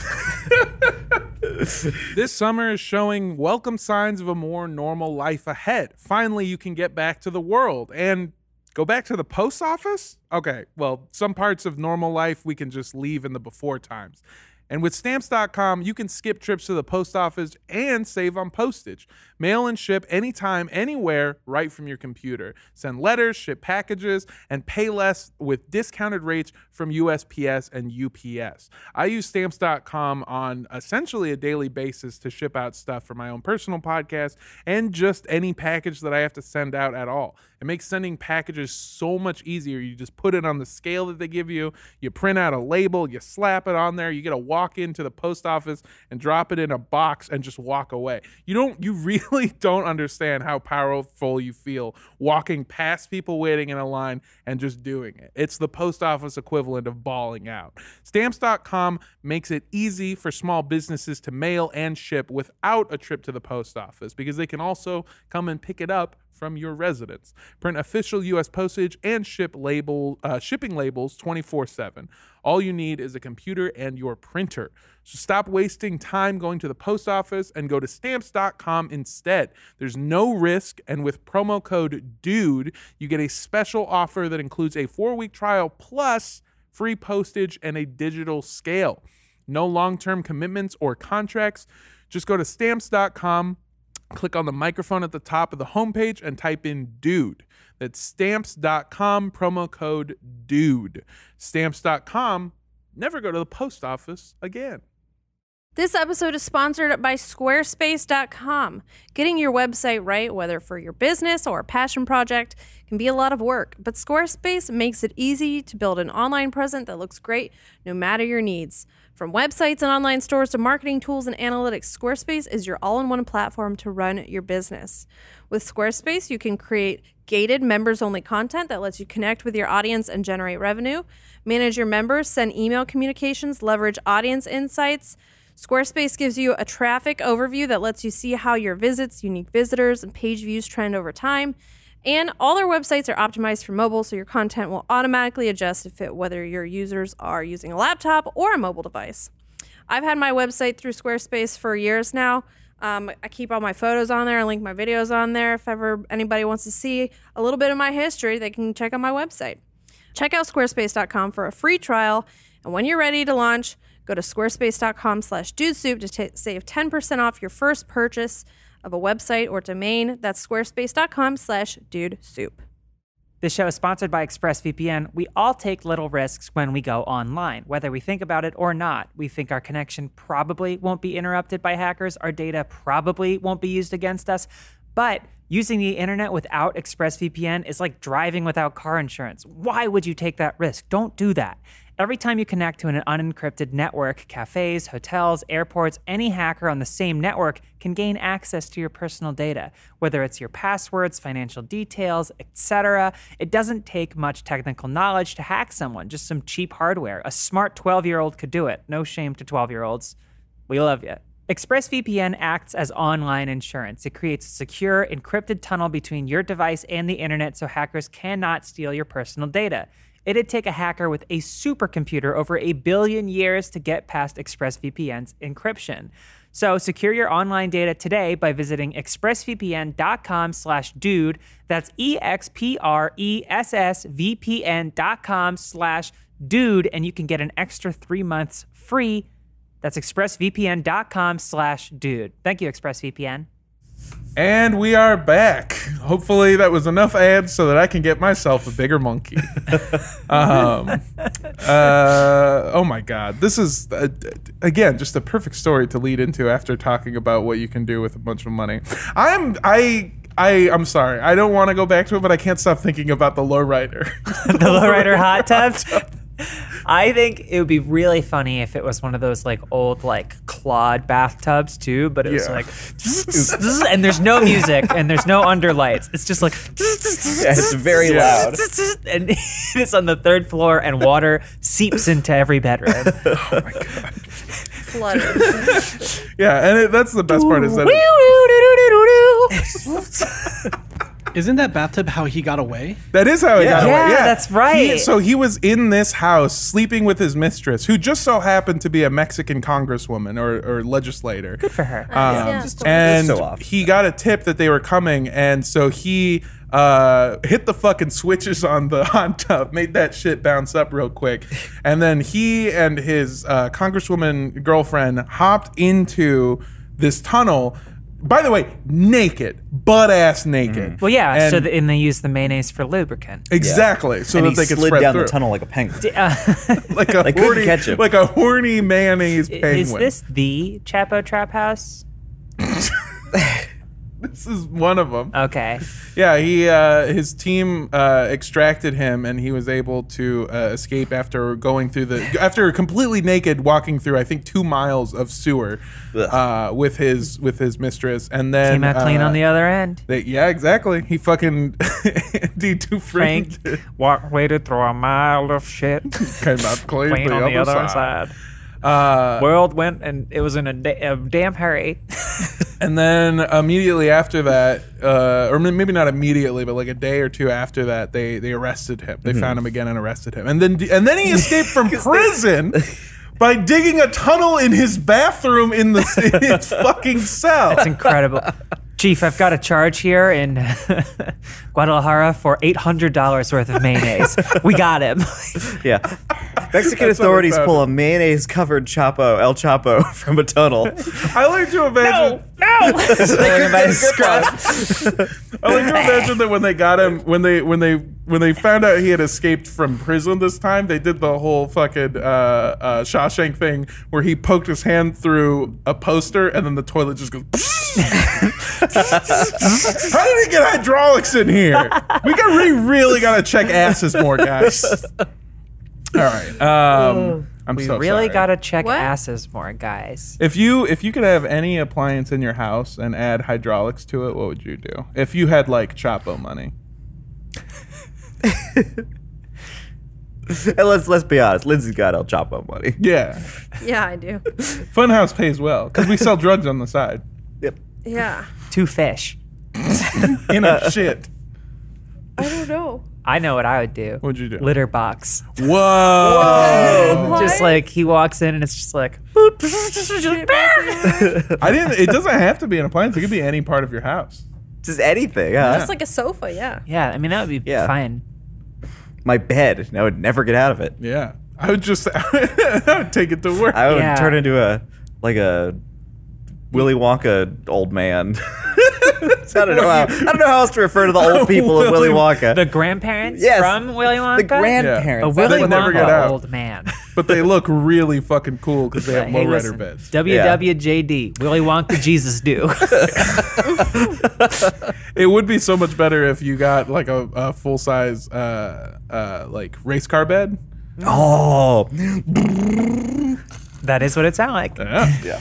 Speaker 1: This summer is showing welcome signs of a more normal life ahead. Finally, you can get back to the world and go back to the post office? Okay, well, some parts of normal life we can just leave in the before times. And with stamps.com, you can skip trips to the post office and save on postage. Mail and ship anytime, anywhere, right from your computer. Send letters, ship packages, and pay less with discounted rates from USPS and UPS. I use stamps.com on essentially a daily basis to ship out stuff for my own personal podcast and just any package that I have to send out at all. It makes sending packages so much easier. You just put it on the scale that they give you, you print out a label, you slap it on there, you get to walk into the post office and drop it in a box and just walk away. You don't you [LAUGHS] really don't understand how powerful you feel walking past people waiting in a line and just doing it. It's the post office equivalent of bawling out. Stamps.com makes it easy for small businesses to mail and ship without a trip to the post office because they can also come and pick it up from your residence. Print official U.S. postage and ship label uh, shipping labels 24/7. All you need is a computer and your printer. So stop wasting time going to the post office and go to stamps.com instead. There's no risk, and with promo code DUDE, you get a special offer that includes a four-week trial plus free postage and a digital scale. No long-term commitments or contracts. Just go to stamps.com click on the microphone at the top of the homepage and type in dude. That's stamps.com, promo code dude. Stamps.com, never go to the post office again.
Speaker 2: This episode is sponsored by Squarespace.com. Getting your website right, whether for your business or a passion project, can be a lot of work, but Squarespace makes it easy to build an online presence that looks great no matter your needs. From websites and online stores to marketing tools and analytics, Squarespace is your all in one platform to run your business. With Squarespace, you can create gated members only content that lets you connect with your audience and generate revenue, manage your members, send email communications, leverage audience insights Squarespace gives you a traffic overview that lets you see how your visits, unique visitors, and page views trend over time. And all their websites are optimized for mobile, so your content will automatically adjust to fit whether your users are using a laptop or a mobile device. I've had my website through Squarespace for years now. Um, I keep all my photos on there. I link my videos on there. If ever anybody wants to see a little bit of my history, they can check out my website. Check out squarespace.com for a free trial. And when you're ready to launch, go to squarespace.com slash dudesoup to ta- save 10% off your first purchase of a website or domain. That's squarespace.com slash dudesoup.
Speaker 3: This show is sponsored by ExpressVPN. We all take little risks when we go online, whether we think about it or not. We think our connection probably won't be interrupted by hackers, our data probably won't be used against us. But using the internet without ExpressVPN is like driving without car insurance. Why would you take that risk? Don't do that. Every time you connect to an unencrypted network, cafes, hotels, airports, any hacker on the same network can gain access to your personal data, whether it's your passwords, financial details, etc. It doesn't take much technical knowledge to hack someone, just some cheap hardware. A smart 12-year-old could do it. No shame to 12-year-olds. We love you. ExpressVPN acts as online insurance. It creates a secure, encrypted tunnel between your device and the internet so hackers cannot steal your personal data. It'd take a hacker with a supercomputer over a billion years to get past ExpressVPN's encryption. So secure your online data today by visiting expressvpn.com slash dude. That's E E-X-P-R-E-S-S-V-P-N dot com slash dude, and you can get an extra three months free that's expressvpn.com slash dude. Thank you,
Speaker 1: [LAUGHS]
Speaker 3: ExpressVPN.
Speaker 1: And we are back. Hopefully, that was enough ads so that I can get myself a bigger monkey. um, uh, oh my God. This is, uh, d- again, just a perfect story to lead into after talking about what you can do with a bunch of money. I'm, I. I, I'm sorry. I don't want to go back to it, but I can't stop thinking about the lowrider. [LAUGHS]
Speaker 3: the lowrider hot tub. I think it would be really funny if it was one of those like old like clawed bathtubs too, but it was
Speaker 1: Yeah.
Speaker 3: like [LAUGHS] and there's no music and there's no underlights. It's just like
Speaker 4: [LAUGHS] Yeah, it's very
Speaker 1: Yeah.
Speaker 3: [LAUGHS]
Speaker 4: loud.
Speaker 3: and it's on the third floor and water seeps into
Speaker 1: [LAUGHS]
Speaker 3: every bedroom.
Speaker 2: Flutter.
Speaker 1: yeah, and it, that's the best part is that. it-
Speaker 6: Isn't that bathtub how he got away?
Speaker 1: That is how he got away.
Speaker 3: Yeah,
Speaker 1: Yeah,
Speaker 3: that's right.
Speaker 1: He- so he was in this house sleeping with his mistress, who just so happened to be a Mexican congresswoman or, or legislator. Um,
Speaker 3: Good for her.
Speaker 2: Uh, yeah.
Speaker 1: And
Speaker 4: so off.
Speaker 1: he got a tip that they were coming, and so he uh, hit the fucking switches on the [LAUGHS] hot tub, made that shit bounce up real quick, and then he and his uh, congresswoman girlfriend hopped into this tunnel. By the way, naked, butt ass naked.
Speaker 3: Mm. Well, yeah.
Speaker 1: And-
Speaker 3: so the, and they use the mayonnaise for lubricant.
Speaker 1: exactly, so
Speaker 4: and
Speaker 1: that
Speaker 4: he
Speaker 1: they could
Speaker 4: slid
Speaker 1: spread
Speaker 4: down
Speaker 1: through.
Speaker 4: the tunnel like a penguin.
Speaker 1: [LAUGHS]
Speaker 3: Uh, [LAUGHS]
Speaker 1: like a
Speaker 4: couldn't
Speaker 1: horny,
Speaker 4: catch him.
Speaker 1: like a horny mayonnaise penguin.
Speaker 3: Is this the Chapo Trap House?
Speaker 1: [LAUGHS] This is one of them.
Speaker 3: Okay.
Speaker 1: yeah, he uh, his team uh, extracted him, and he was able to uh, escape after going through the after completely naked walking through I think two miles of sewer uh, with his with his mistress, and then uh,
Speaker 3: Came out clean on the other
Speaker 1: [LAUGHS]
Speaker 3: end.
Speaker 1: They, yeah, exactly. He fucking [LAUGHS] D two
Speaker 3: Frank walked waited through a mile of shit.
Speaker 1: [LAUGHS] came out clean,
Speaker 3: Clean
Speaker 1: the
Speaker 3: on the
Speaker 1: other side.
Speaker 3: Uh, World went and it was in a, da- a damn hurry.
Speaker 1: And then immediately after that, uh, or maybe not immediately, but like a day or two after that, they they arrested him. They found him again and arrested him. And then and then he escaped from prison by digging a tunnel in his bathroom in the [LAUGHS] in his fucking cell. [LAUGHS]
Speaker 3: It's incredible. Chief, I've got a charge here in [LAUGHS] Guadalajara for $800 worth
Speaker 1: [LAUGHS]
Speaker 3: of mayonnaise. we got him. [LAUGHS]
Speaker 4: yeah. Mexican
Speaker 1: That's what we
Speaker 4: authorities
Speaker 1: found.
Speaker 4: pull a mayonnaise covered Chapo, El Chapo, [LAUGHS] from
Speaker 1: [LAUGHS]
Speaker 4: a tunnel.
Speaker 1: I like to imagine. [LAUGHS]
Speaker 4: Pulling him by his scruff. [LAUGHS]
Speaker 1: I like to imagine that when they got him, when they when they when they found out he had escaped from prison this time, they did the whole fucking uh, uh, Shawshank thing where he poked his hand through a poster and then the toilet just goes. [LAUGHS] How did he get hydraulics in here? We got we really gotta check asses more, guys. All right, um, I'm
Speaker 3: We
Speaker 1: so
Speaker 3: really
Speaker 1: sorry.
Speaker 3: got to check
Speaker 2: What?
Speaker 3: asses more, guys.
Speaker 1: If you if you could have any appliance in your house and add hydraulics to it, what would you do? If you had like Chapo money.
Speaker 4: And let's let's be honest, Lindsay's got El Chapo money.
Speaker 1: Yeah.
Speaker 2: [LAUGHS] Yeah, I do.
Speaker 1: Funhouse pays well because we sell drugs on the side.
Speaker 4: Yep.
Speaker 2: Yeah.
Speaker 3: Two fish.
Speaker 1: In a shit.
Speaker 2: I don't know.
Speaker 3: I know what I would do.
Speaker 1: What'd you do?
Speaker 3: Litter box.
Speaker 1: Whoa. Whoa.
Speaker 3: Just like he walks in and it's just like, boop.
Speaker 1: I didn't. It doesn't have to be an appliance. It could be any part of your house.
Speaker 4: [LAUGHS] Just anything, huh?
Speaker 2: Just like a sofa, yeah.
Speaker 3: yeah, I mean, that would be
Speaker 4: Yeah.
Speaker 3: fine.
Speaker 4: My bed. I would never get out of it.
Speaker 1: Yeah. I would just. [LAUGHS] I would take it to work.
Speaker 4: I would
Speaker 3: Yeah.
Speaker 4: turn into a like a Willy Wonka old man. [LAUGHS] I don't know how I don't know how else to refer to the old people of [LAUGHS] Willy
Speaker 1: Willy-
Speaker 4: Wonka.
Speaker 3: The grandparents
Speaker 4: Yes.
Speaker 3: from Willy Wonka?
Speaker 4: The
Speaker 3: A
Speaker 4: grandparents.
Speaker 1: Yeah.
Speaker 3: Willy
Speaker 1: They never get
Speaker 3: Wonka
Speaker 1: out.
Speaker 3: old man.
Speaker 1: but they look really fucking cool because [LAUGHS] they have
Speaker 3: Hey,
Speaker 1: low rider
Speaker 3: listen,
Speaker 1: beds.
Speaker 3: WWJD, Willy Wonka, Jesus
Speaker 1: [LAUGHS]
Speaker 3: do.
Speaker 1: It would be so much better if you got like a, a full size, uh, uh, like race car bed.
Speaker 4: Oh,
Speaker 3: that is what it sounds like.
Speaker 1: Yeah.
Speaker 4: yeah.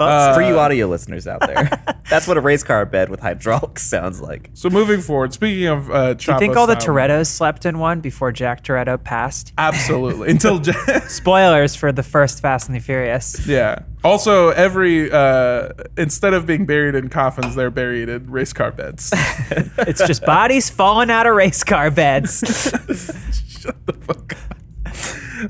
Speaker 4: Oh. for you audio listeners out [LAUGHS] there, that's what a race car bed with hydraulics sounds like.
Speaker 1: So moving forward, speaking of, uh,
Speaker 3: Do you think all the
Speaker 1: Chapo-style-
Speaker 3: Torettos slept in one before Jack Toretto passed?
Speaker 1: Absolutely. Until Ja-
Speaker 3: [LAUGHS]
Speaker 1: [LAUGHS]
Speaker 3: Spoilers for the first Fast and the Furious.
Speaker 1: yeah. Also, every uh, instead of being buried in coffins, they're buried in race car beds.
Speaker 3: It's
Speaker 1: [LAUGHS]
Speaker 3: just bodies falling out of race car beds.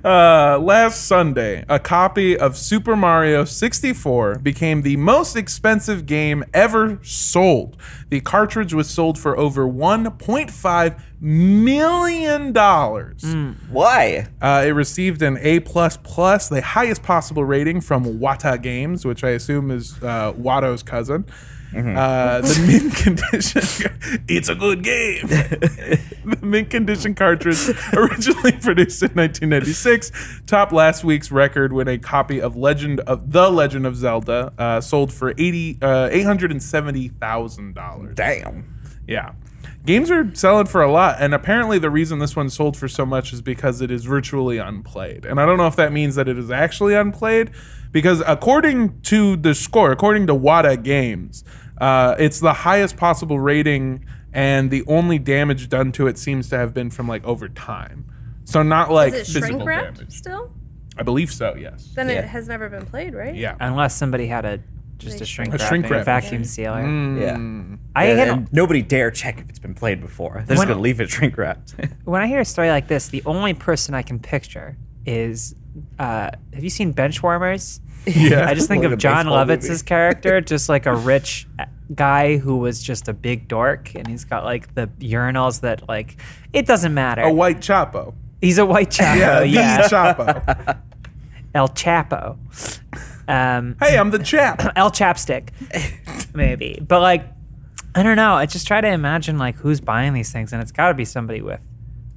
Speaker 1: Uh, last Sunday, a copy of Super Mario 64 became the most expensive game ever sold. The cartridge was sold for over 1.5 million dollars.
Speaker 4: Why?
Speaker 1: Uh, it received an A++, the highest possible rating from Wata Games, which I assume is uh, Watto's cousin. Uh, the [LAUGHS] mint condition. [LAUGHS] it's a good game. the mint condition cartridge, originally [LAUGHS] produced in 1996, topped last week's record when a copy of Legend of the Legend of Zelda uh, sold for 80 uh, 870 thousand dollars.
Speaker 4: Damn.
Speaker 1: Yeah. Games are selling for a lot, and apparently the reason this one sold for so much is because it is virtually unplayed. And I don't know if that means that it is actually unplayed, because according to the score, according to WADA Games, uh, it's the highest possible rating, and the only damage done to it seems to have been from like over time. So not like
Speaker 2: Is it
Speaker 1: physical
Speaker 2: shrink wrapped
Speaker 1: damage.
Speaker 2: still?
Speaker 1: I believe so. Yes.
Speaker 2: Then
Speaker 4: Yeah.
Speaker 2: it has never been played, right?
Speaker 1: Yeah.
Speaker 3: Unless somebody had a just a shrink
Speaker 1: A
Speaker 3: wrap,
Speaker 1: shrink Mm.
Speaker 3: maybe a
Speaker 1: wrap.
Speaker 3: vacuum sealer.
Speaker 4: Hmm. Yeah.
Speaker 3: I
Speaker 4: and,
Speaker 3: hit
Speaker 4: and nobody dare check if it's been played before. They're just
Speaker 3: When-
Speaker 4: gonna leave it shrink wrapped.
Speaker 3: when I hear a story like this, the only person I can picture is uh, have you seen Benchwarmers?
Speaker 1: Yeah.
Speaker 3: I just think
Speaker 4: Like
Speaker 3: of
Speaker 4: a
Speaker 3: John
Speaker 4: baseball
Speaker 3: Lovitz's
Speaker 4: movie. [LAUGHS]
Speaker 3: character, just like a rich uh, guy who was just a big dork, and he's got like the urinals that like it doesn't matter.
Speaker 1: a white Chapo.
Speaker 3: he's
Speaker 1: [LAUGHS]
Speaker 3: a white chapo,
Speaker 4: [LAUGHS]
Speaker 3: yeah,
Speaker 1: the Chapo.
Speaker 3: El Chapo. Um,
Speaker 1: Hey, I'm
Speaker 2: [COUGHS]
Speaker 1: the chap.
Speaker 3: [CLEARS THROAT] El Chapstick,
Speaker 4: [LAUGHS]
Speaker 3: maybe. But like, I don't know. I just try to imagine like who's buying these things, and it's got to be somebody with,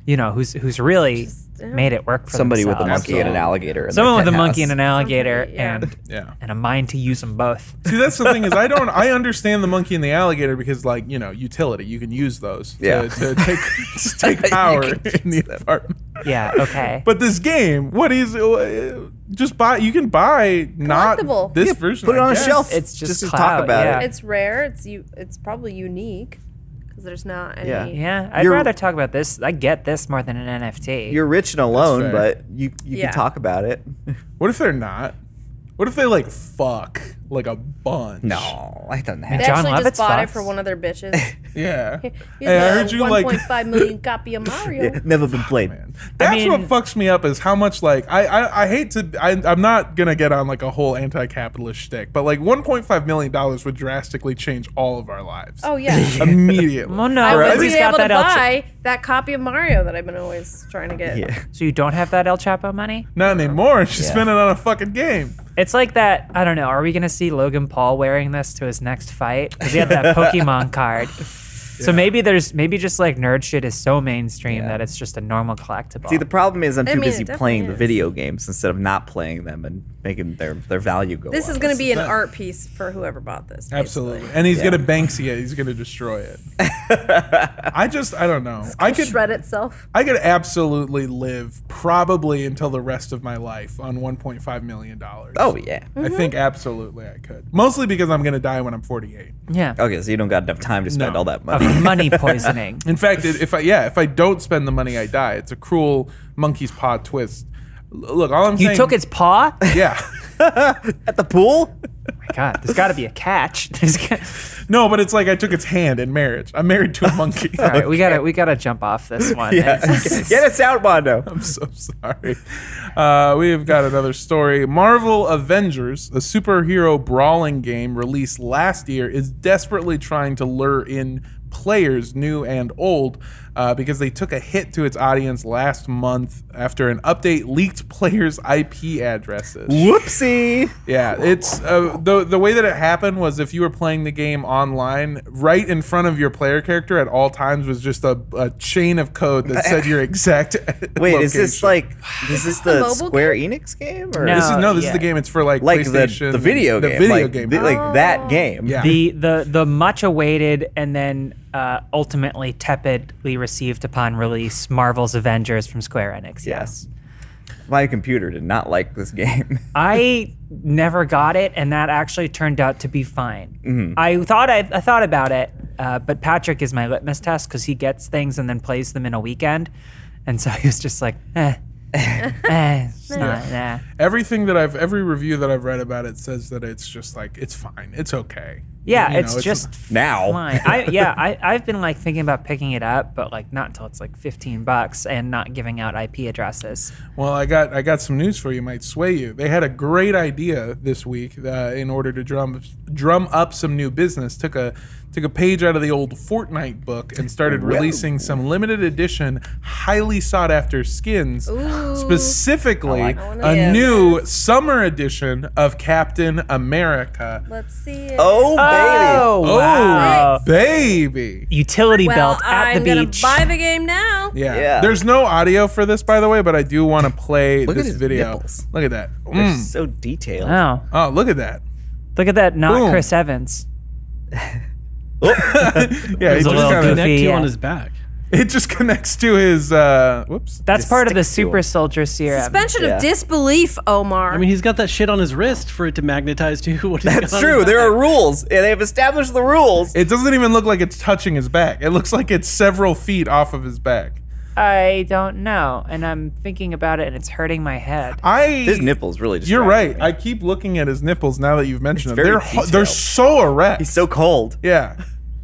Speaker 3: you know, who's who's really made it work for
Speaker 4: Somebody with a
Speaker 3: themselves.
Speaker 4: monkey and an alligator. in
Speaker 3: Someone
Speaker 4: their
Speaker 3: with a
Speaker 4: penthouse.
Speaker 3: monkey and an alligator
Speaker 2: Somebody, yeah.
Speaker 3: and
Speaker 1: Yeah.
Speaker 3: and a mind to use
Speaker 2: [LAUGHS]
Speaker 3: them both.
Speaker 1: See, that's the thing is I don't I understand the monkey and the alligator because like you know utility you can use those to,
Speaker 4: Yeah.
Speaker 1: to take [LAUGHS] to
Speaker 4: [LAUGHS]
Speaker 1: take power [LAUGHS] in the apartment.
Speaker 3: Yeah. Okay.
Speaker 1: But this game, what is uh, just buy? You can buy not
Speaker 2: Collectible.
Speaker 1: this version.
Speaker 4: Put it
Speaker 1: I
Speaker 4: on a
Speaker 1: guess.
Speaker 4: shelf.
Speaker 3: It's just
Speaker 4: to
Speaker 3: clout,
Speaker 4: talk about
Speaker 3: yeah.
Speaker 4: it.
Speaker 2: It's rare. It's you. It's probably unique because there's not any.
Speaker 4: Yeah.
Speaker 3: yeah. I'd
Speaker 4: You're-
Speaker 3: rather talk about this. I get this more than an NFT.
Speaker 4: You're rich and alone,
Speaker 1: fair.
Speaker 4: but you you
Speaker 2: Yeah.
Speaker 4: can talk about
Speaker 3: [LAUGHS]
Speaker 4: it.
Speaker 1: What if they're not? What if they like fuck like a bunch?
Speaker 4: No, I don't
Speaker 2: They
Speaker 4: have.
Speaker 3: John
Speaker 2: actually
Speaker 3: Lovitz
Speaker 2: just bought it
Speaker 3: fucks.
Speaker 2: for one of their bitches.
Speaker 1: Yeah.
Speaker 2: He's
Speaker 1: Hey, I
Speaker 2: a
Speaker 1: heard you like
Speaker 2: 1.5 million copy of Mario.
Speaker 4: [LAUGHS] Yeah, never
Speaker 3: Oh,
Speaker 4: been played.
Speaker 1: That's
Speaker 3: mean-
Speaker 1: what fucks me up is how much like I I, I hate to I, I'm not gonna get on like a whole anti-capitalist shtick, but like 1.5 million dollars would drastically change all of our lives
Speaker 2: Oh yeah.
Speaker 1: [LAUGHS] immediately.
Speaker 3: Well, no.
Speaker 2: I
Speaker 3: at
Speaker 2: would be
Speaker 3: least
Speaker 2: able
Speaker 3: got
Speaker 2: to
Speaker 3: that El Cha-
Speaker 2: buy that copy of Mario that I've been always trying to get.
Speaker 4: Yeah.
Speaker 3: so you don't have that El Chapo money?
Speaker 1: Not anymore. She spent it on a fucking game.
Speaker 3: It's like that. I don't know. Are we gonna see Logan Paul wearing this to his next fight? 'Cause he had
Speaker 4: [LAUGHS]
Speaker 3: that Pokemon card. So maybe there's maybe just like nerd shit is so mainstream that it's just a normal collectible.
Speaker 4: See, the problem is I'm too
Speaker 2: mean, it
Speaker 4: busy
Speaker 2: definitely
Speaker 4: playing the
Speaker 2: is.
Speaker 4: video games instead of not playing them and making their their value go.
Speaker 2: This
Speaker 4: up.
Speaker 2: is going to be an art piece for whoever bought this. basically.
Speaker 1: Absolutely. And he's gonna Banksy it. He's gonna destroy
Speaker 4: [LAUGHS]
Speaker 1: it. I just I don't know. I could
Speaker 2: Shred itself.
Speaker 1: I could absolutely live probably until the rest of my life on 1.5 million dollars.
Speaker 4: Oh yeah.
Speaker 1: I think absolutely I could. Mostly because I'm gonna die when I'm 48.
Speaker 3: Yeah. [LAUGHS]
Speaker 4: Okay, so you don't got enough time to spend
Speaker 1: No.
Speaker 4: all that money.
Speaker 3: Of money poisoning.
Speaker 1: In fact, it- if I yeah, if I don't spend the money, I die. It's a cruel monkey's paw twist. L- Look, all I'm
Speaker 3: You
Speaker 1: saying.
Speaker 3: took its paw?
Speaker 1: [LAUGHS]
Speaker 3: Oh
Speaker 1: Yeah.
Speaker 4: At the
Speaker 3: [LAUGHS]
Speaker 4: pool?
Speaker 3: God, there's got to be a catch. [LAUGHS] There's got-
Speaker 1: No, but it's like I took its hand in marriage. I'm married to a
Speaker 3: [LAUGHS]
Speaker 1: monkey.
Speaker 3: All right, we gotta we gotta jump off this one.
Speaker 4: Yeah. Get us
Speaker 3: [LAUGHS]
Speaker 4: out, Mondo.
Speaker 1: I'm so sorry. Uh, we have got another story. Marvel Avengers, a superhero brawling game released last year, is desperately trying to lure in players, new and old, uh, because they took a hit to its audience last month after an update leaked players' IP addresses.
Speaker 4: Whoopsie.
Speaker 1: Yeah, it's uh, the the way that it happened was if you were playing the game online, right in front of your player character at all times was just a, a chain of code that said
Speaker 4: [LAUGHS]
Speaker 1: your exact.
Speaker 4: Wait, is this
Speaker 1: location.
Speaker 4: like is this
Speaker 2: the
Speaker 4: the,
Speaker 2: mobile
Speaker 4: Square Enix game or
Speaker 3: No.
Speaker 1: This is no, this
Speaker 3: yeah.
Speaker 1: is the game. It's for like
Speaker 4: like the,
Speaker 1: PlayStation,
Speaker 4: the video
Speaker 1: the
Speaker 4: game?
Speaker 1: video
Speaker 4: like,
Speaker 1: game. Uh,
Speaker 4: the- like that game.
Speaker 1: yeah,
Speaker 3: The the the much awaited and then uh, ultimately tepidly received upon release Marvel's Avengers from Square Enix.
Speaker 4: Yes. [LAUGHS] My computer did not like this game. [LAUGHS]
Speaker 3: I never got it, and that actually turned out to be fine.
Speaker 1: Mm-hmm.
Speaker 3: I thought I, I thought about it, uh, but Patrick is my litmus test because he gets things and then plays them in a weekend, and so [LAUGHS] he was just like, eh,
Speaker 2: [LAUGHS]
Speaker 3: eh, it's not, nah.
Speaker 1: everything that I've every review that I've read about it says that it's just like it's fine, it's okay.
Speaker 3: Yeah,
Speaker 1: You know,
Speaker 3: it's just
Speaker 4: now.
Speaker 3: fine. I, yeah, I, I've been like thinking about picking it up, but like not until it's like 15 bucks and not giving out IP addresses.
Speaker 1: Well, I got I got some news for you. Might sway you. They had a great idea this week uh, in order to drum drum up some new business. Took a took a page out of the old Fortnite book and started releasing some limited edition, highly sought after skins. Specifically, a
Speaker 2: that.
Speaker 1: new summer edition of Captain America.
Speaker 2: Let's see. It.
Speaker 4: [LAUGHS] Oh,
Speaker 3: Oh, wow.
Speaker 1: baby.
Speaker 3: Utility
Speaker 2: well,
Speaker 3: belt at
Speaker 2: I'm
Speaker 3: the
Speaker 2: gonna
Speaker 3: beach.
Speaker 2: buy the game now.
Speaker 1: Yeah.
Speaker 4: Yeah.
Speaker 1: There's no audio for this, by the way, but I do want to play
Speaker 4: Look at
Speaker 1: this
Speaker 4: his
Speaker 1: video.
Speaker 4: nipples.
Speaker 1: Look at that.
Speaker 4: baby.
Speaker 1: Mm.
Speaker 4: So detailed.
Speaker 3: Wow.
Speaker 1: Oh, look at that.
Speaker 3: Look at that, not
Speaker 1: Boom.
Speaker 3: Chris Evans.
Speaker 4: Oh. [LAUGHS]
Speaker 1: Yeah, it
Speaker 3: a
Speaker 1: just,
Speaker 3: little
Speaker 1: kinda,
Speaker 3: goofy.
Speaker 6: Connect you
Speaker 3: yeah.
Speaker 6: on his back.
Speaker 1: [LAUGHS] it just connects to his. Uh, whoops.
Speaker 3: That's part of the
Speaker 4: sticks to
Speaker 3: Super
Speaker 4: him.
Speaker 3: Soldier serum.
Speaker 2: Suspension
Speaker 4: Yeah.
Speaker 2: of disbelief, Omar.
Speaker 6: I mean, he's got that shit on his wrist for it to magnetize to. [LAUGHS] What he's
Speaker 4: That's
Speaker 6: got on
Speaker 4: true.
Speaker 6: his
Speaker 4: There
Speaker 6: back.
Speaker 4: are rules. and They've established the rules.
Speaker 1: It doesn't even look like it's touching his back. It looks like it's several feet off of his back.
Speaker 3: I don't know, and I'm thinking about it, and it's hurting my head.
Speaker 1: I.
Speaker 4: His nipples really.
Speaker 1: You're right.
Speaker 4: distracted me.
Speaker 1: I keep looking at his nipples now that you've mentioned
Speaker 4: It's
Speaker 1: them.
Speaker 4: very
Speaker 1: They're ho-
Speaker 4: detailed.
Speaker 1: they're so erect.
Speaker 4: He's so cold.
Speaker 1: [LAUGHS] yeah.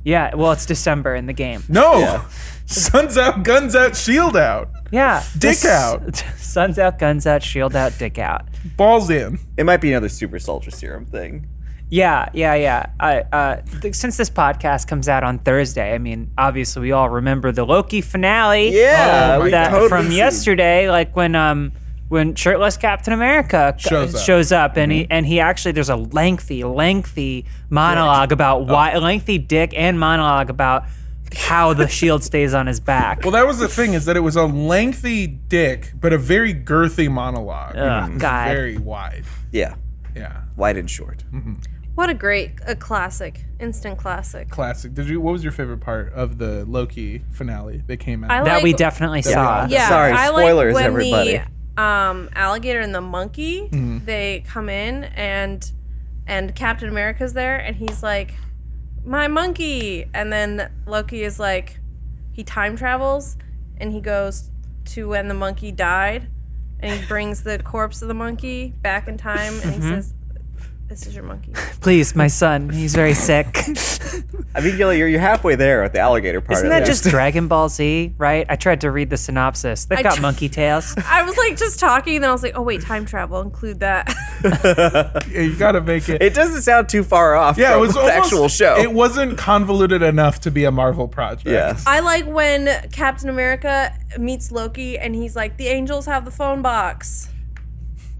Speaker 3: Yeah, well, it's December in the game.
Speaker 1: No. [LAUGHS] Sun's out, guns out, shield out,
Speaker 3: Yeah,
Speaker 1: Dick out.
Speaker 3: [LAUGHS] sun's out, guns out, shield out, dick out.
Speaker 1: balls in.
Speaker 4: It might be another super soldier serum thing.
Speaker 3: Yeah, yeah, yeah. I, uh, th- since this podcast comes out on Thursday, I mean, obviously we all remember the Loki finale. uh,
Speaker 4: Yeah,
Speaker 1: Oh my
Speaker 4: we
Speaker 3: that
Speaker 4: totally
Speaker 3: from
Speaker 4: see.
Speaker 3: yesterday, like when um when shirtless Captain America c- uh,
Speaker 1: Shows up. Mm-hmm.
Speaker 3: and he and he actually there's a lengthy, lengthy monologue about
Speaker 1: Oh.
Speaker 3: why lengthy dick and monologue about how the shield stays on his back.
Speaker 1: Well, that was the thing is that it was a lengthy dick, but a very girthy monologue. Mm-hmm.
Speaker 3: Ugh, God.
Speaker 1: Very wide.
Speaker 4: Yeah,
Speaker 1: Yeah,
Speaker 4: wide and short.
Speaker 1: Hmm.
Speaker 2: what a great, a classic, instant classic.
Speaker 1: classic. Did you? What was your favorite part of the Loki finale that came out?
Speaker 2: I
Speaker 3: that we
Speaker 2: like-
Speaker 3: definitely saw.
Speaker 2: Yeah,
Speaker 4: Sorry,
Speaker 2: I
Speaker 4: spoilers,
Speaker 2: like when
Speaker 4: everybody. Mm-hmm.
Speaker 2: The, um, alligator and the monkey, they come in and and Captain America's there, and he's like, "My monkey," and then Loki is like, he time travels, and he goes to when the monkey died, and he brings
Speaker 4: [LAUGHS]
Speaker 2: the corpse of the monkey back in time, and
Speaker 4: Mm-hmm.
Speaker 2: he says, "This is your monkey."
Speaker 3: Please, my son, he's very sick.
Speaker 1: [LAUGHS]
Speaker 4: I mean, Gilly, you're, you're halfway there with the alligator part.
Speaker 3: Isn't
Speaker 4: of
Speaker 3: that
Speaker 4: it.
Speaker 3: just Dragon Ball Z, right? I tried to read the synopsis. They've
Speaker 2: I
Speaker 3: got
Speaker 2: tr-
Speaker 3: monkey tails.
Speaker 2: [LAUGHS] I was like just talking, and then I was like, "Oh wait, time travel include that." [LAUGHS]
Speaker 1: Yeah, you got to make it.
Speaker 4: [LAUGHS] It doesn't sound too far off.
Speaker 1: yeah, it
Speaker 4: from
Speaker 1: was
Speaker 4: the
Speaker 1: almost,
Speaker 4: actual show.
Speaker 1: It wasn't convoluted enough to be a Marvel project.
Speaker 4: yes.
Speaker 2: I like when Captain America meets Loki and he's like, the angels have the phone box.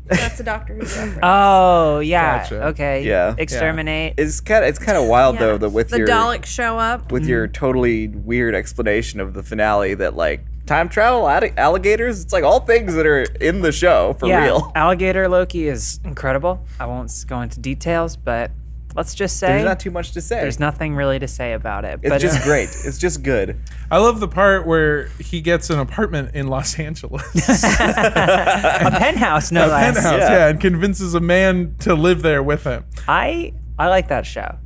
Speaker 2: That's a Doctor
Speaker 3: [LAUGHS]
Speaker 2: Who reference.
Speaker 3: Oh yeah.
Speaker 1: Gotcha.
Speaker 3: Okay.
Speaker 4: Yeah.
Speaker 3: Exterminate.
Speaker 4: it's kind of it's kind of wild though. That with
Speaker 2: the
Speaker 4: your
Speaker 2: Daleks show up.
Speaker 4: with your totally weird explanation of the finale that like time travel, alli- alligators. It's like all things that are in the show for
Speaker 3: yeah, [LAUGHS]
Speaker 4: real.
Speaker 3: alligator Loki is incredible. I won't s- go into details, but let's just say
Speaker 4: There's not too much to say.
Speaker 3: there's nothing really to say about it.
Speaker 4: it's
Speaker 3: but [LAUGHS]
Speaker 4: just great. It's just good.
Speaker 1: I love the part where he gets an apartment in Los Angeles,
Speaker 3: a penthouse,
Speaker 1: a
Speaker 3: no less.
Speaker 1: penthouse, yeah.
Speaker 4: Yeah.
Speaker 1: and convinces a man to live there with him.
Speaker 3: I I like that show.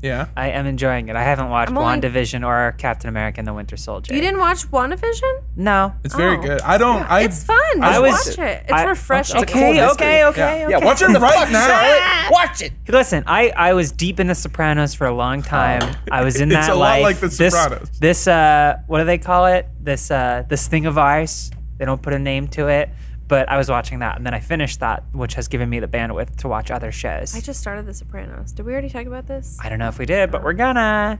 Speaker 1: Yeah,
Speaker 3: I am enjoying it. I haven't watched
Speaker 2: I'm only-
Speaker 3: WandaVision or Captain America and the Winter Soldier.
Speaker 2: You didn't watch WandaVision?
Speaker 3: No.
Speaker 1: it's very
Speaker 2: Oh.
Speaker 1: good. I don't. I
Speaker 2: It's fun.
Speaker 3: I
Speaker 2: I
Speaker 3: was-
Speaker 2: watch it. It's
Speaker 3: I-
Speaker 2: refreshing.
Speaker 3: Okay,
Speaker 4: mystery.
Speaker 3: okay, okay,
Speaker 4: Yeah,
Speaker 3: okay.
Speaker 4: watch it right now. Watch it.
Speaker 3: Listen, I, I was deep into Sopranos for a long time. I was in
Speaker 1: [LAUGHS] It's
Speaker 3: that
Speaker 1: a lot
Speaker 3: life.
Speaker 1: like The
Speaker 3: this,
Speaker 1: Sopranos.
Speaker 3: This uh, what do they call it? This uh, this thing of ours. They don't put a name to it, but I was watching that, and then I finished that, which has given me the bandwidth to watch other shows.
Speaker 2: I just started The Sopranos. Did we already talk about this?
Speaker 3: I don't know if we did, but we're gonna.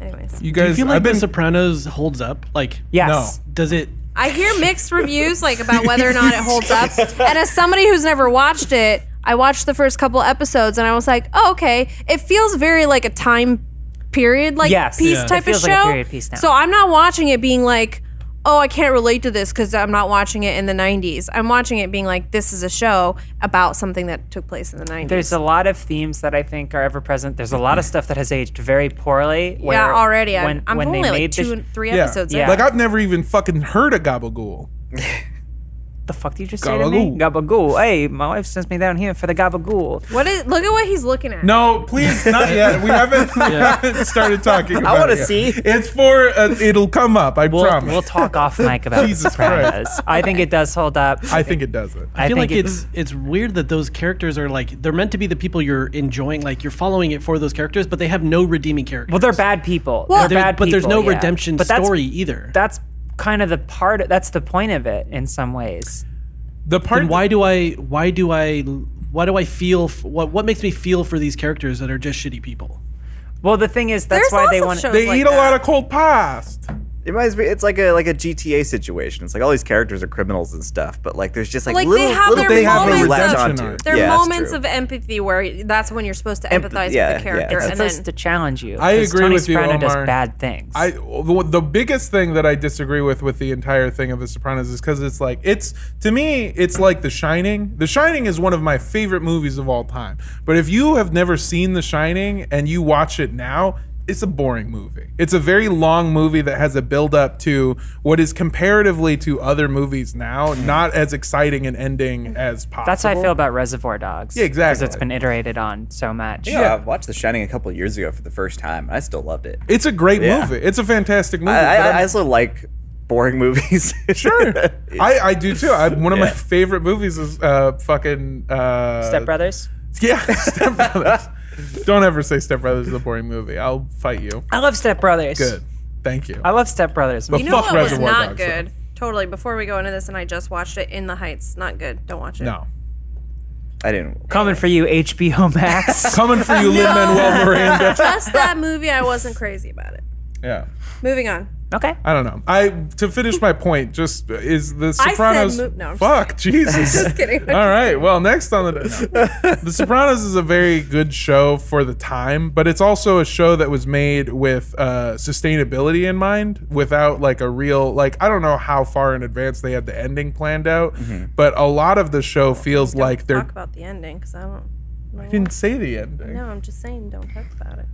Speaker 2: Anyways,
Speaker 1: you
Speaker 6: Do
Speaker 1: guys.
Speaker 6: you feel like
Speaker 1: I've been.
Speaker 6: The Sopranos holds up? Like,
Speaker 3: Yes.
Speaker 6: does it?
Speaker 2: I hear
Speaker 3: [LAUGHS]
Speaker 2: mixed reviews like about whether or not it holds up. And as somebody who's never watched it, I watched the first couple episodes and I was like, "Oh, okay. It feels very like a time period like
Speaker 3: Yes.
Speaker 2: piece
Speaker 3: Yeah.
Speaker 2: type
Speaker 3: It feels
Speaker 2: of
Speaker 3: like
Speaker 2: show."
Speaker 3: a period piece now.
Speaker 2: So I'm not watching it being like, "Oh, I can't relate to this cuz I'm not watching it in the 90s." I'm watching it being like, "This is a show about something that took place in the 90s."
Speaker 3: There's a lot of themes that I think are ever present. There's a lot of stuff that has aged very poorly.
Speaker 2: yeah,
Speaker 3: where
Speaker 2: already. I'm-
Speaker 3: When,
Speaker 2: I'm,
Speaker 3: when
Speaker 2: only
Speaker 3: they
Speaker 2: like
Speaker 3: made the
Speaker 2: two,
Speaker 3: sh-
Speaker 2: and three
Speaker 1: yeah.
Speaker 2: episodes.
Speaker 3: Yeah.
Speaker 2: in.
Speaker 1: Like I've never even fucking heard a gabagool.
Speaker 3: the fuck did you just say to me? Gabagool. Hey, my wife sends me down here for the gabagool.
Speaker 2: What is? Look at what he's looking at.
Speaker 1: No, please, not yet. We haven't, we haven't started talking. About
Speaker 4: wanna
Speaker 1: it yet.
Speaker 4: see.
Speaker 1: It's for. Uh, it'll come up. I
Speaker 3: We'll,
Speaker 1: promise.
Speaker 3: we'll talk off mic about the
Speaker 1: [LAUGHS] Jesus Christ.
Speaker 3: Sopranos. I think it does hold up.
Speaker 1: I think it doesn't.
Speaker 6: I feel like
Speaker 3: it-
Speaker 6: it's it's weird that those characters are like they're meant to be the people you're enjoying. Like you're following it for those characters, but they have no redeeming characters.
Speaker 3: well, they're bad people. Well,
Speaker 6: There-
Speaker 3: they're bad
Speaker 6: but there's
Speaker 3: people,
Speaker 6: no
Speaker 3: yeah.
Speaker 6: redemption
Speaker 3: But that's-
Speaker 6: story either.
Speaker 3: That's kind of the part. That's the point of it in some ways.
Speaker 1: The part
Speaker 6: and why do I why do I why do I feel f- what what makes me feel for these characters that are just shitty people?
Speaker 3: Well, the thing is, that's
Speaker 2: There's
Speaker 3: why
Speaker 2: lots
Speaker 3: they
Speaker 2: of
Speaker 3: want.
Speaker 2: shows
Speaker 1: they
Speaker 2: like
Speaker 1: eat a
Speaker 2: that.
Speaker 1: lot of cold past.
Speaker 4: It reminds me. It's like a like a GTA situation. It's like all these characters are criminals and stuff, but like there's just like,
Speaker 2: Like, they
Speaker 4: little
Speaker 2: have
Speaker 4: little
Speaker 2: their
Speaker 4: things you
Speaker 1: moments
Speaker 4: can latch
Speaker 1: of-
Speaker 4: onto.
Speaker 2: There are
Speaker 4: Yeah, that's
Speaker 2: moments
Speaker 4: true.
Speaker 2: of empathy where that's when you're supposed to
Speaker 4: Emp-
Speaker 2: empathize
Speaker 4: yeah,
Speaker 2: with
Speaker 4: yeah,
Speaker 2: the character,
Speaker 4: it's
Speaker 2: and
Speaker 3: supposed
Speaker 2: then
Speaker 3: to challenge you.
Speaker 1: I
Speaker 3: 'cause
Speaker 1: agree
Speaker 3: Tony
Speaker 1: with you,
Speaker 3: Soprano
Speaker 1: Omar.
Speaker 3: does bad things.
Speaker 1: I the, the biggest thing that I disagree with with the entire thing of The Sopranos is because it's like it's to me it's like The Shining. The Shining is one of my favorite movies of all time. But if you have never seen The Shining and you watch it now. It's a boring movie. It's a very long movie that has a build up to what is comparatively to other movies now
Speaker 4: Hmm.
Speaker 1: not as exciting an ending as possible.
Speaker 3: that's how I feel about Reservoir Dogs.
Speaker 1: Yeah, exactly.
Speaker 3: Because it's been iterated on so much.
Speaker 4: Yeah, I watched The Shining a couple years ago for the first time, and I still loved it.
Speaker 1: It's a great
Speaker 4: Yeah.
Speaker 1: movie. It's a fantastic movie.
Speaker 4: I, I,
Speaker 1: but I'm-
Speaker 4: I also like boring [LAUGHS] movies. [LAUGHS]
Speaker 1: Sure, I, I do too. I, one of my
Speaker 4: Yeah.
Speaker 1: favorite movies is uh, fucking uh,
Speaker 3: Step Brothers.
Speaker 1: Yeah, [LAUGHS] Step Brothers. Don't ever say Step Brothers is a boring movie. I'll fight you.
Speaker 3: I love Step Brothers.
Speaker 1: Good, thank you.
Speaker 3: I love Step Brothers.
Speaker 1: But
Speaker 2: you know
Speaker 1: fuck
Speaker 2: what was
Speaker 1: Reservoir
Speaker 2: not
Speaker 1: Dogs,
Speaker 2: good. Totally. Before we go into this, and I just watched it in the Heights. Not good. Don't watch it.
Speaker 1: No,
Speaker 4: I didn't.
Speaker 3: Coming for you,
Speaker 1: [LAUGHS]
Speaker 3: HBO Max.
Speaker 1: coming for you, Lin
Speaker 2: [LAUGHS]
Speaker 1: Manuel Miranda.
Speaker 2: [LAUGHS] Just
Speaker 4: [LAUGHS]
Speaker 2: that movie. I wasn't crazy about it.
Speaker 1: Yeah,
Speaker 2: Moving on.
Speaker 3: okay.
Speaker 1: I don't know. I to finish my point, just is the
Speaker 2: said
Speaker 1: Sopranos.
Speaker 2: mo- no, I'm just
Speaker 1: fuck,
Speaker 2: [LAUGHS]
Speaker 1: Jesus.
Speaker 2: Just kidding.
Speaker 1: All right. Well, next on the no. The Sopranos is a very good show for the time, but it's also a show that was made with uh, sustainability in mind, without like a real like I don't know how far in advance they had the ending planned out, but a lot of the show feels like they're.
Speaker 2: Talk about the ending because I don't.
Speaker 1: I didn't say the ending.
Speaker 2: No, I'm just saying, don't talk about it.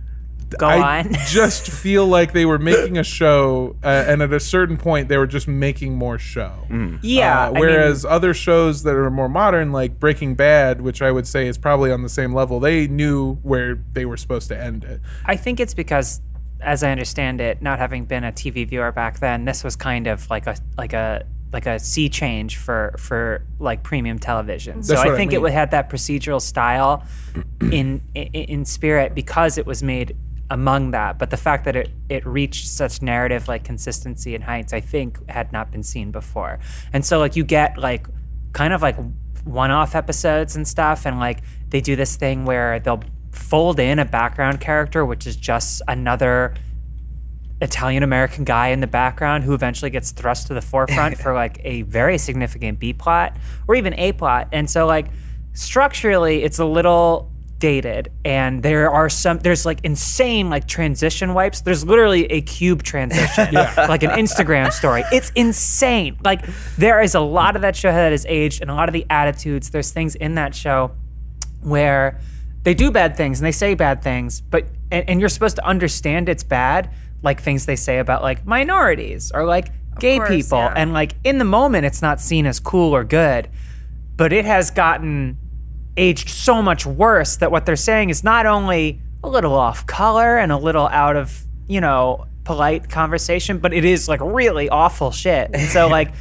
Speaker 3: Go
Speaker 1: I
Speaker 3: on.
Speaker 1: [LAUGHS] just feel like they were making a show, uh, and at a certain point, they were just making more show.
Speaker 3: [LAUGHS] yeah.
Speaker 1: Uh,
Speaker 3: I mean,
Speaker 1: whereas other shows that are more modern, like Breaking Bad, which I would say is probably on the same level, they knew where they were supposed to end it.
Speaker 3: I think it's because, as I understand it, not having been a TV viewer back then, this was kind of like a like a like a sea change for for like premium television. so
Speaker 1: That's what
Speaker 3: I
Speaker 1: I
Speaker 3: think
Speaker 1: mean.
Speaker 3: it had that procedural style in, in in spirit because it was made among that. But the fact that it it reached such narrative like consistency and heights, I think, had not been seen before. And so like you get like kind of like one-off episodes and stuff and like they do this thing where they'll fold in a background character which is just another Italian American guy in the background who eventually gets thrust to the forefront for like a very significant B plot or even A plot. And so like structurally it's a little dated and there are some there's like insane like transition wipes there's literally a cube transition like an instagram story it's insane like there is a lot of that show that has aged and a lot of the attitudes there's things in that show where they do bad things and they say bad things, but and, and you're supposed to understand it's bad, like things they say about like minorities or like gay
Speaker 2: course,
Speaker 3: people,
Speaker 2: yeah.
Speaker 3: and like in the moment it's not seen as cool or good, but it has gotten aged so much worse that what they're saying is not only a little off color and a little out of you know polite conversation, but it is like really awful shit, and so like.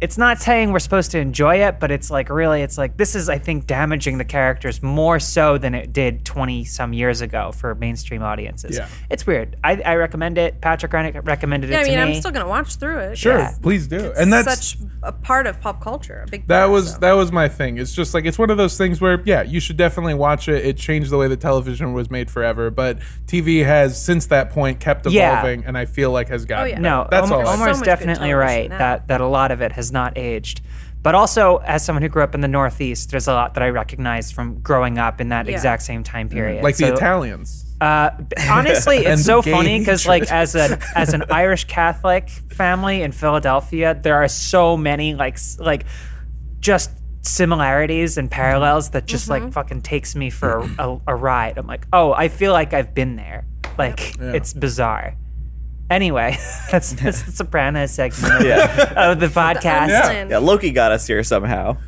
Speaker 3: it's not saying we're supposed to enjoy it, but it's like really, it's like this is I think damaging the characters more so than it did twenty some years ago for mainstream audiences.
Speaker 1: Yeah.
Speaker 3: it's weird. I, I recommend it. Patrick Reinick recommended it
Speaker 2: Yeah, I
Speaker 3: to
Speaker 2: mean,
Speaker 3: me.
Speaker 2: I'm still gonna watch through it.
Speaker 1: Sure,
Speaker 3: Yeah.
Speaker 1: please do. and that's
Speaker 2: such a part of pop culture. A big
Speaker 1: that
Speaker 2: part,
Speaker 1: was
Speaker 2: so.
Speaker 1: that was my thing. It's just like it's one of those things where yeah, you should definitely watch it. It changed the way that television was made forever, but TV has since that point kept
Speaker 3: Yeah. Oh,
Speaker 1: evolving, and I feel like has gotten
Speaker 2: yeah.
Speaker 1: better.
Speaker 3: No,
Speaker 1: that's
Speaker 3: Omar,
Speaker 1: all. I-
Speaker 2: Omar-
Speaker 3: Omar's
Speaker 2: So much good
Speaker 3: definitely
Speaker 2: television
Speaker 3: right
Speaker 2: now.
Speaker 3: that that a lot of it has not aged. But also, as someone who grew up in the Northeast, there's a lot that I recognize from growing up in that
Speaker 2: Yeah.
Speaker 3: exact same time period.
Speaker 1: Mm-hmm. like the
Speaker 3: So- [LAUGHS]
Speaker 1: Italians.
Speaker 3: Uh, b- honestly,
Speaker 4: And
Speaker 3: it's so
Speaker 4: gay
Speaker 3: funny because, like, as an as an Irish Catholic family in Philadelphia, there are so many like s- like just similarities and parallels that just like fucking takes me for a, a, a ride. I'm like, oh, I feel like I've been there. Like, it's bizarre. Anyway, [LAUGHS] that's, that's the Sopranos segment of, the, of the podcast.
Speaker 2: Unplanned.
Speaker 4: Yeah, Loki got us here somehow.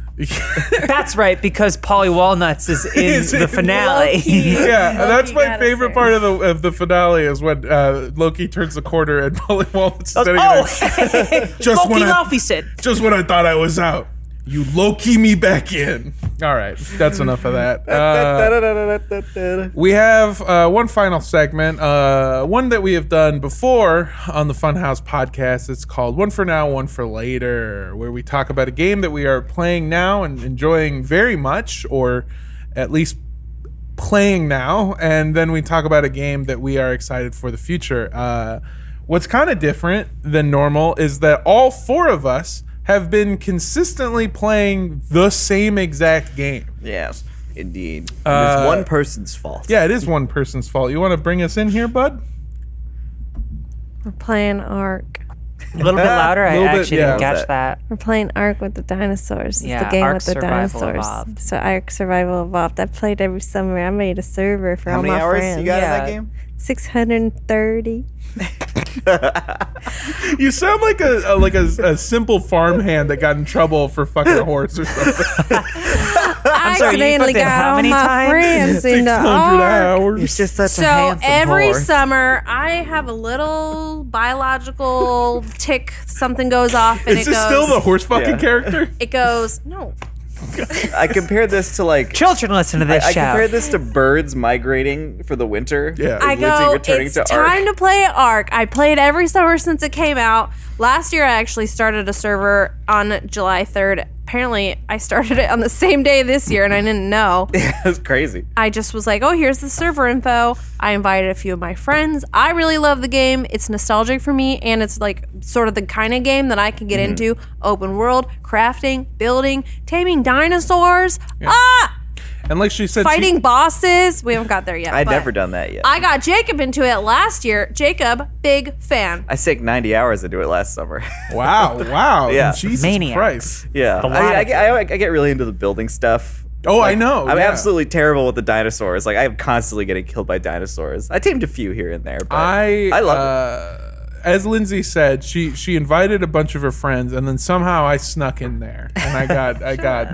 Speaker 3: That's right, because Polly Walnuts is in
Speaker 1: Is
Speaker 3: the
Speaker 1: in
Speaker 3: finale.
Speaker 1: [LAUGHS]
Speaker 2: Loki.
Speaker 1: Yeah, and that's my
Speaker 2: Loki got us
Speaker 1: favorite
Speaker 2: there.
Speaker 1: part of the of the finale is when uh, Loki turns the corner and [LAUGHS] Polly Walnuts is standing [LAUGHS]
Speaker 3: [LAUGHS] oh,
Speaker 1: there.
Speaker 3: Loki
Speaker 1: when I-
Speaker 3: Laufey said.
Speaker 1: Just when I thought I was out, you Loki me back in. All right, that's enough of that. Uh, We have uh, one final segment, uh, one that we have done before on the Funhouse podcast. It's called One for Now, One for Later, where we talk about a game that we are playing now and enjoying very much, or at least playing now. And then we talk about a game that we are excited for the future. Uh, what's kind of different than normal is that all four of us have been consistently playing the same exact game.
Speaker 4: Yes, indeed. And it's one person's fault.
Speaker 1: uh, Yeah, it is one person's fault. You want to bring us in here, bud?
Speaker 2: We're playing Ark.
Speaker 3: A little bit louder.
Speaker 1: [LAUGHS]
Speaker 3: I
Speaker 1: Little bit,
Speaker 3: actually didn't
Speaker 1: yeah.
Speaker 3: catch that.
Speaker 2: We're playing Ark with the dinosaurs. It's
Speaker 3: Yeah,
Speaker 2: the game
Speaker 3: Ark
Speaker 2: with the
Speaker 3: Survival
Speaker 2: dinosaurs.
Speaker 3: Evolved.
Speaker 2: So Ark Survival Evolved. I played every summer. I made a server for
Speaker 4: How
Speaker 2: all
Speaker 4: many
Speaker 2: my
Speaker 4: hours
Speaker 2: friends.
Speaker 4: you got
Speaker 3: Yeah.
Speaker 4: in
Speaker 2: Six hundred and
Speaker 3: [LAUGHS]
Speaker 2: thirty.
Speaker 1: You sound like a, a like a, a simple farmhand that got in trouble for fucking a horse or
Speaker 2: [LAUGHS]
Speaker 1: something.
Speaker 2: I
Speaker 3: sorry, you
Speaker 2: accidentally
Speaker 3: fucking
Speaker 2: got
Speaker 3: how
Speaker 2: all
Speaker 3: many
Speaker 2: my
Speaker 3: times?
Speaker 4: [LAUGHS]
Speaker 2: friends
Speaker 1: 600
Speaker 2: into Ark.
Speaker 1: hours.
Speaker 4: It's just such
Speaker 2: So every summer, I have a little biological tick. Something goes off, and
Speaker 1: is
Speaker 2: it
Speaker 1: this
Speaker 2: goes.
Speaker 1: still the horse fucking
Speaker 4: Yeah.
Speaker 1: character?
Speaker 2: uh, [LAUGHS] it goes no.
Speaker 4: I compared this to like
Speaker 3: Children listen to this
Speaker 4: I
Speaker 3: show.
Speaker 4: compared this to birds migrating for the winter.
Speaker 1: Yeah.
Speaker 4: With
Speaker 1: I
Speaker 2: I
Speaker 4: Lindsay
Speaker 2: go.
Speaker 4: returning
Speaker 2: It's
Speaker 4: to
Speaker 2: time to play Ark. I played every summer since it came out. Last year, I actually started a server on July third. Apparently, I started it on the same day this year, and I didn't
Speaker 4: [LAUGHS]
Speaker 2: know.
Speaker 4: That's crazy.
Speaker 2: I just was like, oh, here's the server info. I invited a few of my friends. I really love the game. It's nostalgic for me, and it's like sort of the kind of game that I can get
Speaker 4: Mm-hmm.
Speaker 2: into open world, crafting, building, taming dinosaurs, ah,
Speaker 1: And like she said, she-
Speaker 2: fighting bosses. We haven't got there yet.
Speaker 4: I'd
Speaker 2: but
Speaker 4: never done that yet. I,
Speaker 2: I got Jacob into it last year. Jacob, big fan.
Speaker 4: sank 90 hours into it last summer. [LAUGHS]
Speaker 1: wow, wow,
Speaker 4: Yeah.
Speaker 1: Jesus
Speaker 3: Maniacs.
Speaker 1: Christ.
Speaker 4: yeah. I, mean,
Speaker 3: lot
Speaker 4: I,
Speaker 3: of
Speaker 4: get- I, I get really into the building stuff.
Speaker 1: Oh,
Speaker 4: Like,
Speaker 1: I know.
Speaker 4: I'm
Speaker 1: yeah.
Speaker 4: absolutely terrible with the dinosaurs. Like I'm constantly getting killed by dinosaurs. I tamed a few here and there, but
Speaker 1: I
Speaker 4: I love it.
Speaker 1: uh, as Lindsay said, she she invited a bunch of her friends, and then somehow I snuck in there, and I got
Speaker 2: [LAUGHS]
Speaker 1: I got.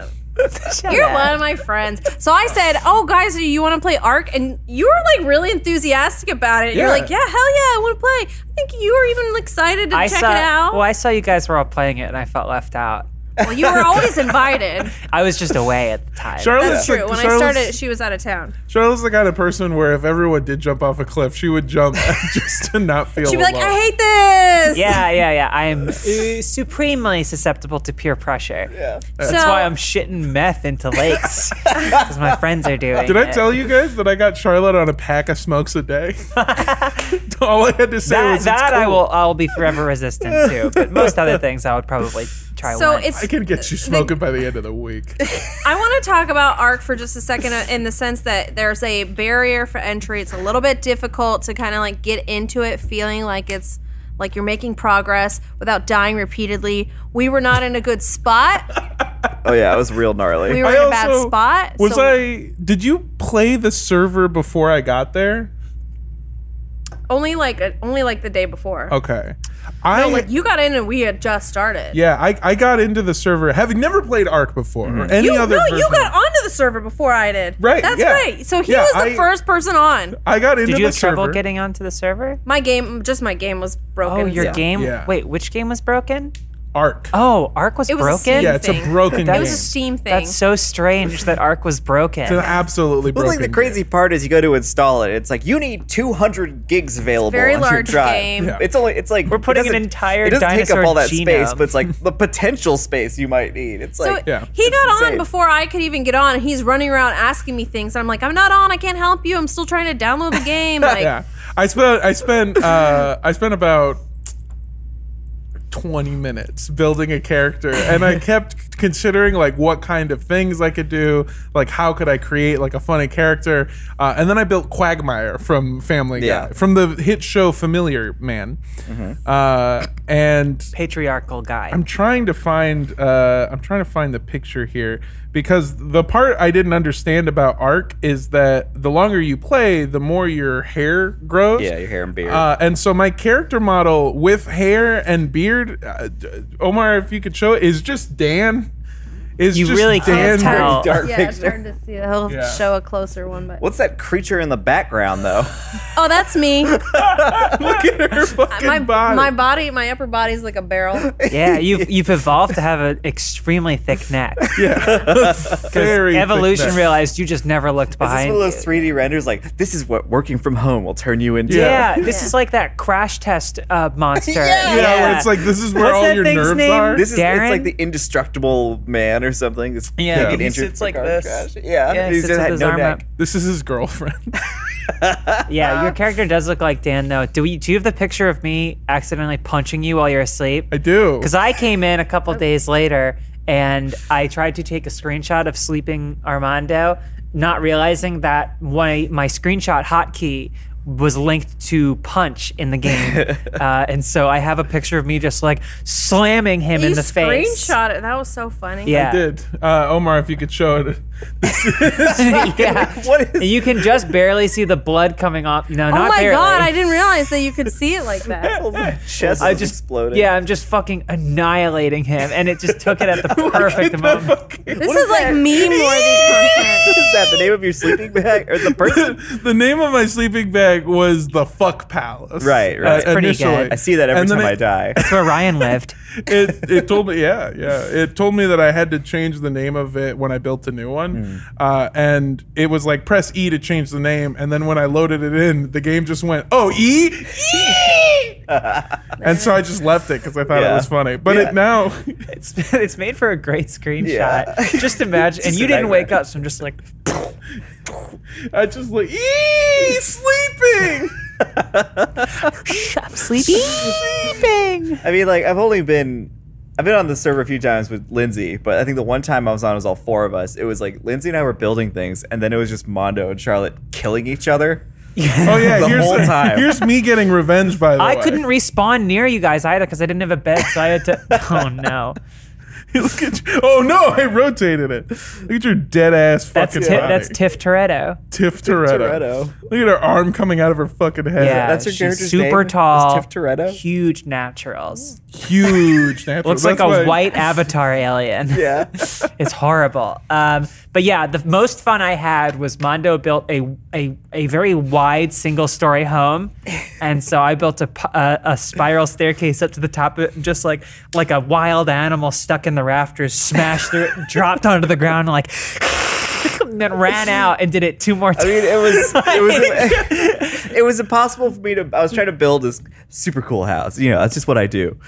Speaker 2: You're one of my friends. So I said, "Oh, guys, do you want to play Ark?" And you were like really enthusiastic about it. You're
Speaker 1: Yeah.
Speaker 2: like, "Yeah, hell yeah, I want to play." I think you were even excited to
Speaker 3: I
Speaker 2: check
Speaker 3: saw.
Speaker 2: it out.
Speaker 3: Well, I saw you guys were all playing it, and I felt left out.
Speaker 2: Well, you
Speaker 3: [LAUGHS]
Speaker 2: were always invited.
Speaker 3: I was just away at the time.
Speaker 1: Charlotte's
Speaker 2: That's true.
Speaker 1: the-
Speaker 2: When I
Speaker 1: Charlotte's-
Speaker 2: started, she was out of town.
Speaker 1: Charlotte's the kind of person where if everyone did jump off a cliff, she would jump [LAUGHS] just to not feel.
Speaker 2: She'd be like,
Speaker 1: alone.
Speaker 2: "I hate this."
Speaker 3: Yeah, yeah, yeah.
Speaker 1: [LAUGHS]
Speaker 3: I am uh, supremely susceptible to peer pressure.
Speaker 2: so
Speaker 3: That's why I'm shitting meth
Speaker 1: [LAUGHS]
Speaker 3: into lakes because my friends are doing.
Speaker 1: Did I
Speaker 3: it.
Speaker 1: tell you guys that I got Charlotte on a pack of smokes a day? All I had to say
Speaker 3: that?
Speaker 1: was
Speaker 3: that
Speaker 1: it's
Speaker 3: I
Speaker 1: cool. [LAUGHS]
Speaker 3: will. I'll be forever resistant to. But most other things, I would probably try try
Speaker 2: So
Speaker 3: one.
Speaker 2: it's
Speaker 1: I can get you smoking by the end of the week.
Speaker 2: I want to talk about ARC for just a second uh, in the sense that there's a barrier for entry. It's a little bit difficult to kind of like get into it feeling like it's like you're making progress without dying repeatedly. We were not in a good spot.
Speaker 4: Oh yeah, it was real gnarly.
Speaker 2: We were in a bad spot.
Speaker 1: Was
Speaker 2: so-
Speaker 1: I? Did you play the server before I got there?
Speaker 2: only like uh, only like the day before?
Speaker 1: Okay. I
Speaker 2: So, like you got in and we had just started.
Speaker 1: Oh. yeah, I, I got into the server having never played Ark before or any
Speaker 2: You, no,
Speaker 1: other.
Speaker 2: you
Speaker 1: version.
Speaker 2: got onto the server before I did.
Speaker 1: Right,
Speaker 2: That's
Speaker 1: yeah.
Speaker 2: right. So he
Speaker 1: Yeah,
Speaker 2: was the
Speaker 1: I-
Speaker 2: first person on.
Speaker 1: I got into
Speaker 3: Did you
Speaker 1: the
Speaker 3: have
Speaker 1: server.
Speaker 3: trouble getting onto the server?
Speaker 2: My game, just my game was broken.
Speaker 3: Oh, your
Speaker 2: so-
Speaker 3: game.
Speaker 1: Yeah.
Speaker 3: Wait, which game was broken?
Speaker 1: Ark.
Speaker 3: Oh, Ark was
Speaker 2: It was a
Speaker 3: broken.
Speaker 1: yeah, it's a
Speaker 2: thing.
Speaker 1: broken
Speaker 3: That
Speaker 1: game.
Speaker 2: It was a
Speaker 3: Yes.
Speaker 2: Steam thing.
Speaker 3: That's so strange that Ark was broken.
Speaker 1: It's [LAUGHS] an absolutely
Speaker 4: Well,
Speaker 1: broken.
Speaker 4: like the crazy part is you go to install it. It's like you need 200 gigs available
Speaker 2: very
Speaker 4: on your
Speaker 2: large
Speaker 4: drive.
Speaker 2: game. Yeah.
Speaker 4: It's only it's like we're
Speaker 3: putting an entire
Speaker 4: It doesn't take up
Speaker 3: dinosaur
Speaker 4: all that space,
Speaker 3: genome.
Speaker 4: but it's like the potential space you might need. It's
Speaker 2: So
Speaker 4: like
Speaker 1: Yeah.
Speaker 2: he got on
Speaker 4: insane.
Speaker 2: before I could even get on, and he's running around asking me things. I'm like, I'm not on. I can't help you. I'm still trying to download the game. Like,
Speaker 1: Yeah, I spent I spent uh, I spent about twenty minutes building a character, and I kept considering like what kind of things I could do, like how could I create like a funny character, uh, and then I built Quagmire from Family
Speaker 4: Yeah.
Speaker 1: Guy, from the hit show Familiar Man, uh, and
Speaker 3: Patriarchal guy.
Speaker 1: I'm trying to find uh, I'm trying to find the picture here because the part I didn't understand about Arc is that the longer you play, the more your hair grows.
Speaker 4: yeah, your hair and beard.
Speaker 1: Uh, and so my character model with hair and beard, uh, d- Omar, if you could show it, is just Dan. Is
Speaker 3: You
Speaker 1: just
Speaker 3: really
Speaker 1: Dan [LAUGHS]
Speaker 3: can't tell.
Speaker 4: dark
Speaker 2: yeah, it's
Speaker 4: picture.
Speaker 2: hard to see. He'll
Speaker 1: Yeah.
Speaker 2: show a closer one, but
Speaker 4: What's that creature in the background though?
Speaker 2: oh, that's me.
Speaker 1: Look at
Speaker 3: Uh,
Speaker 1: her fucking
Speaker 2: my
Speaker 1: body.
Speaker 2: my
Speaker 3: [LAUGHS]
Speaker 2: body, my upper body's like a barrel.
Speaker 3: yeah, you've you've evolved to have an extremely thick neck.
Speaker 1: [LAUGHS] yeah. Very thick
Speaker 3: Evolution
Speaker 1: neck.
Speaker 3: realized you just never looked
Speaker 4: It's just
Speaker 3: behind.
Speaker 4: one of those
Speaker 3: you.
Speaker 4: 3D renders. Like this is what working from home will turn you into.
Speaker 3: Yeah,
Speaker 1: Yeah.
Speaker 3: this is like that crash test uh, monster.
Speaker 4: Yeah.
Speaker 1: Yeah, where Oh, it's like this is where
Speaker 3: What's
Speaker 1: all
Speaker 3: that
Speaker 1: your
Speaker 3: thing's
Speaker 1: nerves
Speaker 3: name?
Speaker 1: are.
Speaker 4: [LAUGHS] This is
Speaker 3: Darren?
Speaker 4: it's like the indestructible man or something. It's
Speaker 3: Yeah,
Speaker 4: like an
Speaker 3: he
Speaker 4: injured
Speaker 3: sits like
Speaker 4: car
Speaker 3: this.
Speaker 4: crash. Yeah,
Speaker 3: Yeah, he
Speaker 4: he's
Speaker 3: sits
Speaker 4: just
Speaker 3: with
Speaker 4: had
Speaker 3: his
Speaker 4: no
Speaker 3: arm
Speaker 4: neck.
Speaker 3: up.
Speaker 1: this is his girlfriend. [LAUGHS]
Speaker 3: yeah, your character does look like Dan though. Do we do you have the picture of me accidentally punching you while you're asleep?
Speaker 1: I
Speaker 3: [LAUGHS]
Speaker 1: do.
Speaker 3: Because I came in
Speaker 2: [LAUGHS]
Speaker 3: a couple days later and I tried to take a screenshot of sleeping Armando, not realizing that my, my screenshot hotkey was linked to punch in the game.
Speaker 2: [LAUGHS]
Speaker 3: uh, and so I have a picture of me just like slamming him
Speaker 2: you
Speaker 3: in the face. [LAUGHS]
Speaker 2: screenshot it. That was so funny.
Speaker 3: Yeah.
Speaker 1: I did. Uh, Omar, if you could show it.
Speaker 3: yeah. [LAUGHS]
Speaker 4: What is?
Speaker 3: You can just barely see the blood coming off. No,
Speaker 2: Oh
Speaker 3: not
Speaker 2: my
Speaker 3: barely.
Speaker 2: god, I didn't realize that you could see it like
Speaker 4: [LAUGHS]
Speaker 2: that.
Speaker 4: Chest
Speaker 3: I
Speaker 4: is
Speaker 3: just-
Speaker 4: exploded. [LAUGHS]
Speaker 3: yeah, I'm just fucking annihilating him, and it just took it at
Speaker 2: [LAUGHS]
Speaker 3: the perfect moment.
Speaker 2: This is like meme worthy content.
Speaker 4: What [LAUGHS] is that? The name of your sleeping bag or the person?
Speaker 1: [LAUGHS] the name of my sleeping bag was the Fuck Palace.
Speaker 4: Right, right. That's
Speaker 3: pretty
Speaker 1: initially.
Speaker 3: good.
Speaker 4: I see that every
Speaker 1: And then
Speaker 4: time I
Speaker 1: it-
Speaker 4: die.
Speaker 3: That's where Ryan lived.
Speaker 4: [LAUGHS]
Speaker 1: it it told me yeah yeah it told me that I had to change the name of it when I built a new one,
Speaker 4: Hmm.
Speaker 1: uh, and it was like press E to change the name, and then when I loaded it in, the game just went oh E,
Speaker 4: [LAUGHS]
Speaker 1: E! and so I just left it because I thought it
Speaker 4: Yeah.
Speaker 1: was funny. But
Speaker 4: Yeah.
Speaker 1: it now [LAUGHS]
Speaker 3: It's [LAUGHS] it's made for a great screenshot.
Speaker 4: Yeah. [LAUGHS]
Speaker 3: Just imagine, and
Speaker 4: Just
Speaker 3: you
Speaker 4: a
Speaker 3: didn't
Speaker 4: nightmare.
Speaker 3: wake up, so I'm just
Speaker 4: [LAUGHS]
Speaker 3: like,
Speaker 1: I just like E
Speaker 4: [LAUGHS]
Speaker 1: sleeping.
Speaker 3: I'm sleeping. sleeping.
Speaker 4: I mean, like I've only been, I've been on the server a few times with Lindsay, but I think the one time I was on was all four of us. It was like Lindsay and I were building things, and then it was just Mondo and Charlotte killing each other.
Speaker 1: Oh yeah,
Speaker 4: The
Speaker 1: here's
Speaker 4: whole time.
Speaker 1: here's me getting revenge.
Speaker 4: Oh,
Speaker 1: By the
Speaker 3: I
Speaker 1: way,
Speaker 3: couldn't respawn near you guys either because I didn't have a bed, so I had
Speaker 4: [LAUGHS]
Speaker 3: to. Oh no,
Speaker 1: [LAUGHS] Look at you- Oh no, I rotated it. Look at your dead ass
Speaker 3: that's
Speaker 1: fucking
Speaker 3: Ti-
Speaker 1: body.
Speaker 3: that's Tiff Toretto.
Speaker 1: Tiff Toretto.
Speaker 4: Toretto.
Speaker 1: Look at her arm coming out of her fucking head.
Speaker 3: Yeah,
Speaker 4: That's her
Speaker 3: she's
Speaker 4: character's
Speaker 3: super
Speaker 4: name? Is
Speaker 3: tall,
Speaker 4: Tiff Toretto?
Speaker 3: huge naturals.
Speaker 1: Huge. natural.
Speaker 3: Looks like
Speaker 1: That's
Speaker 3: a
Speaker 1: why-
Speaker 3: white avatar alien.
Speaker 4: [LAUGHS] Yeah.
Speaker 3: it's horrible. Um, but yeah, the most fun I had was Mondo built a a, a very wide single story home, and so I built a, pu- a a spiral staircase up to the top, of it, just like like a wild animal stuck in the rafters, smashed through it, [LAUGHS] dropped onto the ground, and like. [LAUGHS] and then ran out and did it two more
Speaker 4: I
Speaker 3: times.
Speaker 4: mean, it was it was [LAUGHS] it was impossible for me to. I was trying to build this super cool house. You know, that's just what I do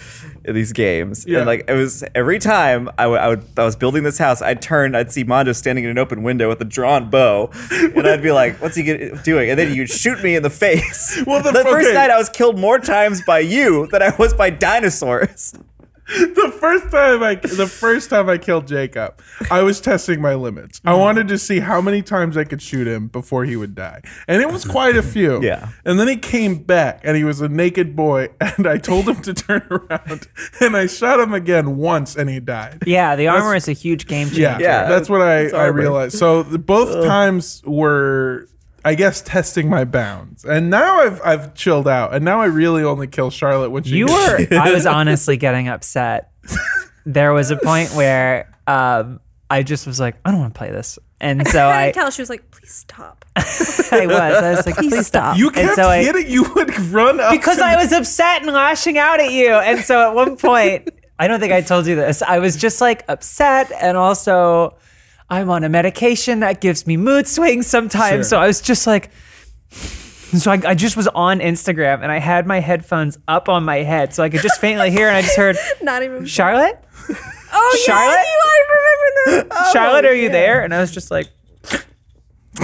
Speaker 4: in these games.
Speaker 1: Yeah.
Speaker 4: And like it was every time I would- I would I was building this house, I'd turn, I'd see Mondo standing in an open window with a drawn bow, and I'd be like, "What's he get, doing?" And then you'd shoot me in the face.
Speaker 1: [LAUGHS] Well, the-
Speaker 4: first
Speaker 1: okay.
Speaker 4: night I was killed more times by you than I was by dinosaurs.
Speaker 1: [LAUGHS] the first time I the first time I killed Jacob, I was testing my limits.
Speaker 3: Mm-hmm.
Speaker 1: I wanted to see how many times I could shoot him before he would die, and it was quite a
Speaker 3: [LAUGHS]
Speaker 1: few.
Speaker 4: Yeah.
Speaker 1: And then he came back, and he was a naked boy, [LAUGHS] and I told him to turn [LAUGHS] around, and I shot him again once, and he died.
Speaker 3: Yeah, the armor is a huge game changer.
Speaker 1: Yeah,
Speaker 4: Yeah.
Speaker 1: that's what I,
Speaker 4: It's
Speaker 1: I
Speaker 4: armor.
Speaker 1: realized. So the, both times were, I guess, testing my bounds. And now I've I've chilled out, and now I really only kill Charlotte when she.
Speaker 3: You
Speaker 1: gets-
Speaker 3: were. I
Speaker 4: [LAUGHS]
Speaker 3: was honestly getting upset. There was a point where um, I just was like, I don't want to play this, and
Speaker 2: [LAUGHS]
Speaker 3: so
Speaker 2: I
Speaker 3: I,
Speaker 2: could tell she was like, please
Speaker 3: [LAUGHS]
Speaker 2: stop.
Speaker 3: I was. I was like, please stop.
Speaker 1: You
Speaker 3: and
Speaker 1: kept
Speaker 3: so I,
Speaker 1: hitting. you would run up
Speaker 3: because
Speaker 1: to
Speaker 3: I was upset and lashing out at you. And so at one point, I don't think I told you this. I was just like upset and also I'm on a medication that gives me mood swings sometimes.
Speaker 1: Sure.
Speaker 3: So I was just like so I, I just was on Instagram and I had my headphones up on my head so I could just faintly hear and I just heard
Speaker 2: Not even.
Speaker 3: Charlotte?
Speaker 2: oh,
Speaker 3: Charlotte?
Speaker 2: yeah, you are.
Speaker 3: [LAUGHS]
Speaker 2: I remember that.
Speaker 3: Charlotte, are you there? And I was just like,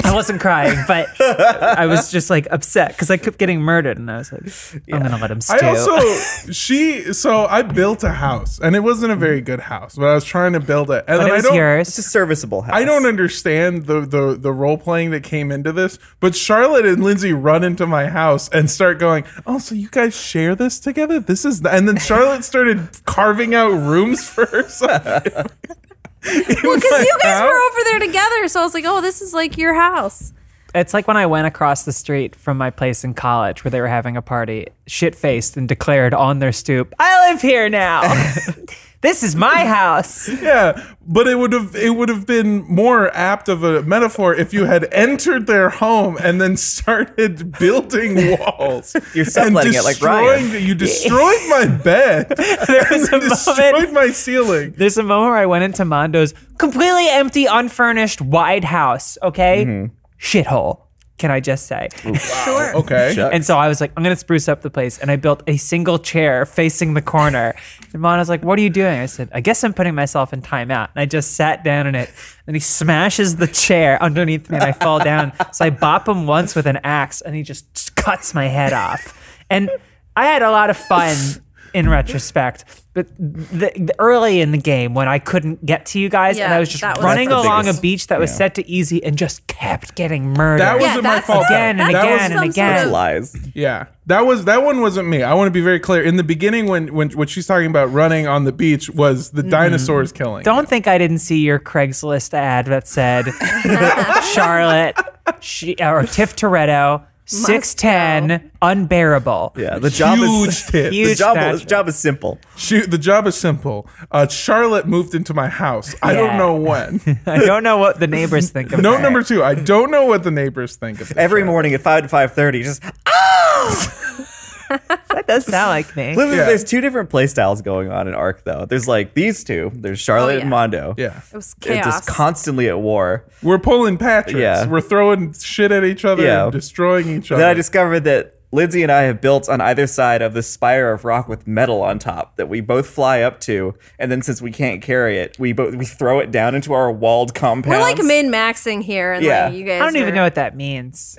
Speaker 3: I wasn't crying, but I was just like upset because I kept getting murdered, and I was like, I'm gonna let him stew.
Speaker 1: I
Speaker 4: [LAUGHS]
Speaker 1: also she so I built a house and it wasn't a very good house, but I was trying to build it. And
Speaker 3: but
Speaker 1: then
Speaker 3: it
Speaker 1: I
Speaker 3: was
Speaker 1: don't
Speaker 4: It's
Speaker 3: yours.
Speaker 4: a serviceable house.
Speaker 1: I don't understand the the the role playing that came into this, but Charlotte and Lindsay run into my house and start going, "Oh, so you guys share this together? This is..." And then
Speaker 4: [LAUGHS]
Speaker 1: Charlotte started carving out rooms [LAUGHS] for herself.
Speaker 2: Well, because you guys were over there together, so I was like, oh, this is like your house.
Speaker 3: It's like when I went across the street from my place in college where they were having a party, shit faced and declared on their stoop, I live here now. this is my house.
Speaker 1: Yeah, but it would have it would have been more apt of a metaphor if you had entered their home and then started
Speaker 4: [LAUGHS]
Speaker 1: building walls.
Speaker 4: You're
Speaker 1: and
Speaker 4: subletting it like Ryan.
Speaker 1: destroying the- You destroyed my
Speaker 4: [LAUGHS]
Speaker 1: bed. [LAUGHS] there
Speaker 3: was a
Speaker 1: destroyed
Speaker 3: moment-
Speaker 1: my ceiling.
Speaker 3: There's a moment where I went into Mondo's completely empty, unfurnished, wide house, okay? Shithole, can I just say?
Speaker 2: Sure.
Speaker 1: Okay.
Speaker 4: Shut-
Speaker 3: And so I was like, I'm gonna spruce up the place, and I built a single chair facing the corner. And Mona's like, "What are you doing?" I said, "I guess I'm putting myself in timeout." And I just sat down in it. And he smashes the chair underneath me, and I fall down. So I bop him once with an axe, and he just cuts my head off. And I had a lot of fun in retrospect, but the, the early in the game when I couldn't get to you guys, and
Speaker 2: Yeah,
Speaker 3: I was just
Speaker 2: that was-
Speaker 3: running
Speaker 4: That's the
Speaker 3: along
Speaker 4: biggest-
Speaker 3: a beach that was
Speaker 4: yeah.
Speaker 3: set to easy, and just kept getting murdered.
Speaker 1: That
Speaker 2: Yeah,
Speaker 1: wasn't my
Speaker 2: that's-
Speaker 1: fault.
Speaker 3: Again and
Speaker 1: though. That was-
Speaker 3: again and
Speaker 2: some
Speaker 3: again.
Speaker 2: sort
Speaker 4: That's
Speaker 2: of-
Speaker 4: lies.
Speaker 1: Yeah, that was that one wasn't me. I want to be very clear. In the beginning, when when what she's talking about running on the beach was
Speaker 4: Mm-hmm.
Speaker 1: the dinosaurs killing.
Speaker 3: Don't think I didn't see your Craigslist ad
Speaker 2: [LAUGHS]
Speaker 3: that said Charlotte she, or Tiff Toretto, 6'10, unbearable.
Speaker 4: Yeah, [LAUGHS] the job
Speaker 1: huge
Speaker 4: is
Speaker 1: tip.
Speaker 4: the
Speaker 3: Huge
Speaker 4: job,
Speaker 3: statue.
Speaker 4: the job is simple.
Speaker 1: Shoot, the job is simple. Uh, Charlotte moved into my house. I don't
Speaker 3: Yeah.
Speaker 1: know
Speaker 4: [LAUGHS]
Speaker 1: when.
Speaker 3: I don't know what the neighbors think of
Speaker 1: Note
Speaker 3: that.
Speaker 1: number two: I don't know what the neighbors think
Speaker 4: [LAUGHS]
Speaker 1: of this.
Speaker 4: Every morning at five to five thirty, just
Speaker 3: That
Speaker 4: [LAUGHS]
Speaker 3: does sound like me.
Speaker 4: Literally,
Speaker 1: Yeah.
Speaker 4: there's two different play styles going on in Arc, though. There's like these two. There's Charlotte
Speaker 2: Oh, yeah.
Speaker 4: and Mondo.
Speaker 1: yeah,
Speaker 2: It was
Speaker 4: They're
Speaker 2: chaos.
Speaker 4: just constantly at war.
Speaker 1: we're pulling Patrick's.
Speaker 4: Yeah.
Speaker 1: We're throwing shit at each other
Speaker 4: Yeah.
Speaker 1: and destroying each other.
Speaker 4: Then I discovered that Lindsay and I have built on either side of this spire of rock with metal on top that we both fly up to, and then since we can't carry it, we both we throw it down into our walled compound.
Speaker 2: We're like min maxing here, and
Speaker 4: Yeah.
Speaker 2: like you guys.
Speaker 3: I don't even
Speaker 2: are-
Speaker 3: know what that
Speaker 4: [LAUGHS]
Speaker 3: means.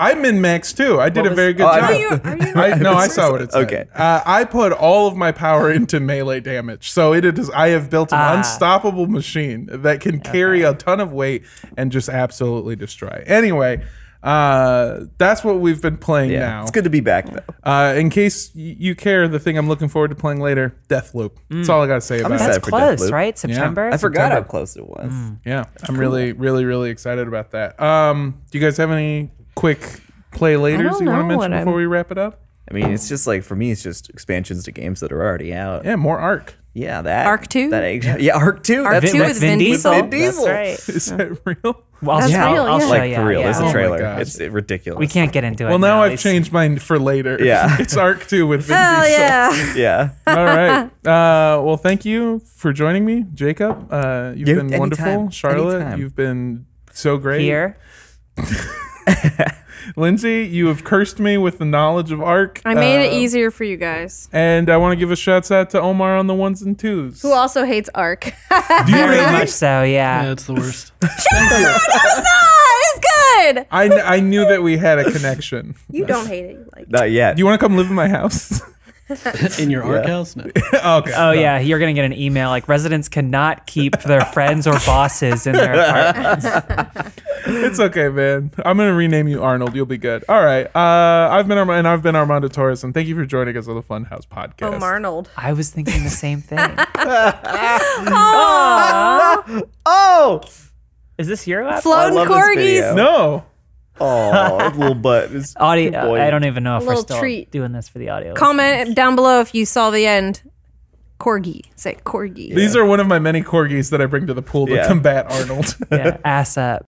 Speaker 1: I'm in Max too. I did a very good
Speaker 4: Oh, I
Speaker 1: job.
Speaker 2: Are you, are
Speaker 1: [LAUGHS]
Speaker 2: you
Speaker 1: I, no, I saw what it said.
Speaker 4: Okay.
Speaker 1: Uh, I put all of my power into melee damage. So it is I have built an
Speaker 3: Ah.
Speaker 1: unstoppable machine that can carry a ton of weight and just absolutely destroy. Anyway, uh, that's what we've been playing
Speaker 4: yeah.
Speaker 1: now.
Speaker 4: It's good to be back though.
Speaker 1: Uh, in case y- you care, the thing I'm looking forward to playing later, Deathloop. That's all I got to say about it.
Speaker 4: excited.
Speaker 3: That's
Speaker 4: Except for Deathloop.
Speaker 3: close, right? September?
Speaker 4: I forgot
Speaker 1: September. Mm.
Speaker 4: how close it was.
Speaker 1: Yeah, I'm really, really, really excited about that. Um, do you guys have any quick play laters
Speaker 2: don't
Speaker 1: you want to
Speaker 2: know
Speaker 1: mention
Speaker 2: what I'm-
Speaker 1: before we wrap it up?
Speaker 4: I mean, it's just like for me, it's just expansions to games that are already out.
Speaker 1: Yeah, more
Speaker 2: [LAUGHS]
Speaker 1: arc.
Speaker 4: Yeah, that
Speaker 2: Arc 2?
Speaker 4: That yeah, Arc Two.
Speaker 2: Arc
Speaker 4: that's
Speaker 2: Two
Speaker 4: right.
Speaker 2: with Vin Diesel.
Speaker 4: Vin Diesel.
Speaker 3: That's right.
Speaker 1: Is that real?
Speaker 3: Well, I'll,
Speaker 2: That's
Speaker 3: show-
Speaker 2: real,
Speaker 3: I'll,
Speaker 2: yeah.
Speaker 3: I'll show
Speaker 4: Like
Speaker 3: you.
Speaker 4: for real,
Speaker 3: yeah.
Speaker 4: there's
Speaker 1: Oh my
Speaker 4: a trailer.
Speaker 1: gosh.
Speaker 4: it's uh, ridiculous.
Speaker 3: We can't get into it.
Speaker 1: Well, now
Speaker 3: at
Speaker 1: I've
Speaker 3: least.
Speaker 1: changed mine for later.
Speaker 4: Yeah.
Speaker 1: [LAUGHS] it's Arc 2 with Vin
Speaker 2: Hell
Speaker 1: Diesel.
Speaker 2: yeah.
Speaker 4: [LAUGHS] Yeah.
Speaker 1: All
Speaker 2: [LAUGHS]
Speaker 1: right. Uh, well, thank you for joining me, Jacob. Uh, you've
Speaker 4: Yeah,
Speaker 1: been
Speaker 4: anytime.
Speaker 1: wonderful. Charlotte,
Speaker 4: Anytime.
Speaker 1: you've been so great.
Speaker 4: [LAUGHS]
Speaker 3: here.
Speaker 1: Lindsay, you have cursed me with the knowledge of Arc.
Speaker 2: I made it
Speaker 1: Uh,
Speaker 2: easier for you guys.
Speaker 1: And I want to give a shout out to Omar on the ones and twos.
Speaker 2: Who also hates [LAUGHS] Arc?
Speaker 1: Do you
Speaker 3: Very
Speaker 1: really-
Speaker 3: much so, yeah.
Speaker 6: That's the worst.
Speaker 2: It's not. It's good.
Speaker 1: I, I knew that we had a connection.
Speaker 2: [LAUGHS] You don't hate it. You like. it.
Speaker 4: Not yet.
Speaker 1: Do you want to come live in my house? [LAUGHS]
Speaker 6: [LAUGHS] in your arc house. No.
Speaker 1: okay.
Speaker 3: Oh yeah, you're gonna get an email like residents cannot keep their friends or bosses in
Speaker 4: [LAUGHS]
Speaker 3: their apartment.
Speaker 1: It's okay, man. I'm gonna rename you Arnold. You'll be good. All right. Uh, I've been Armando, and I've been Armando Torres, and thank you for joining us on the Funhouse Podcast.
Speaker 2: Oh, Arnold.
Speaker 3: I was thinking the same
Speaker 2: [LAUGHS]
Speaker 3: thing.
Speaker 4: [LAUGHS] Oh,
Speaker 3: Is this your lap?
Speaker 4: I
Speaker 2: Floating
Speaker 4: love this
Speaker 2: corgis.
Speaker 4: video.
Speaker 1: No.
Speaker 4: oh, little butt. It's
Speaker 3: Audio.
Speaker 4: good boy.
Speaker 3: I don't even know if we're
Speaker 2: Little
Speaker 3: still
Speaker 2: treat.
Speaker 3: doing this for the audio.
Speaker 2: Comment down below if you saw the end. Corgi. Say corgi.
Speaker 1: These are one of my many corgis that I bring to the pool to
Speaker 4: Yeah.
Speaker 1: combat Arnold.
Speaker 3: Yeah, ass up.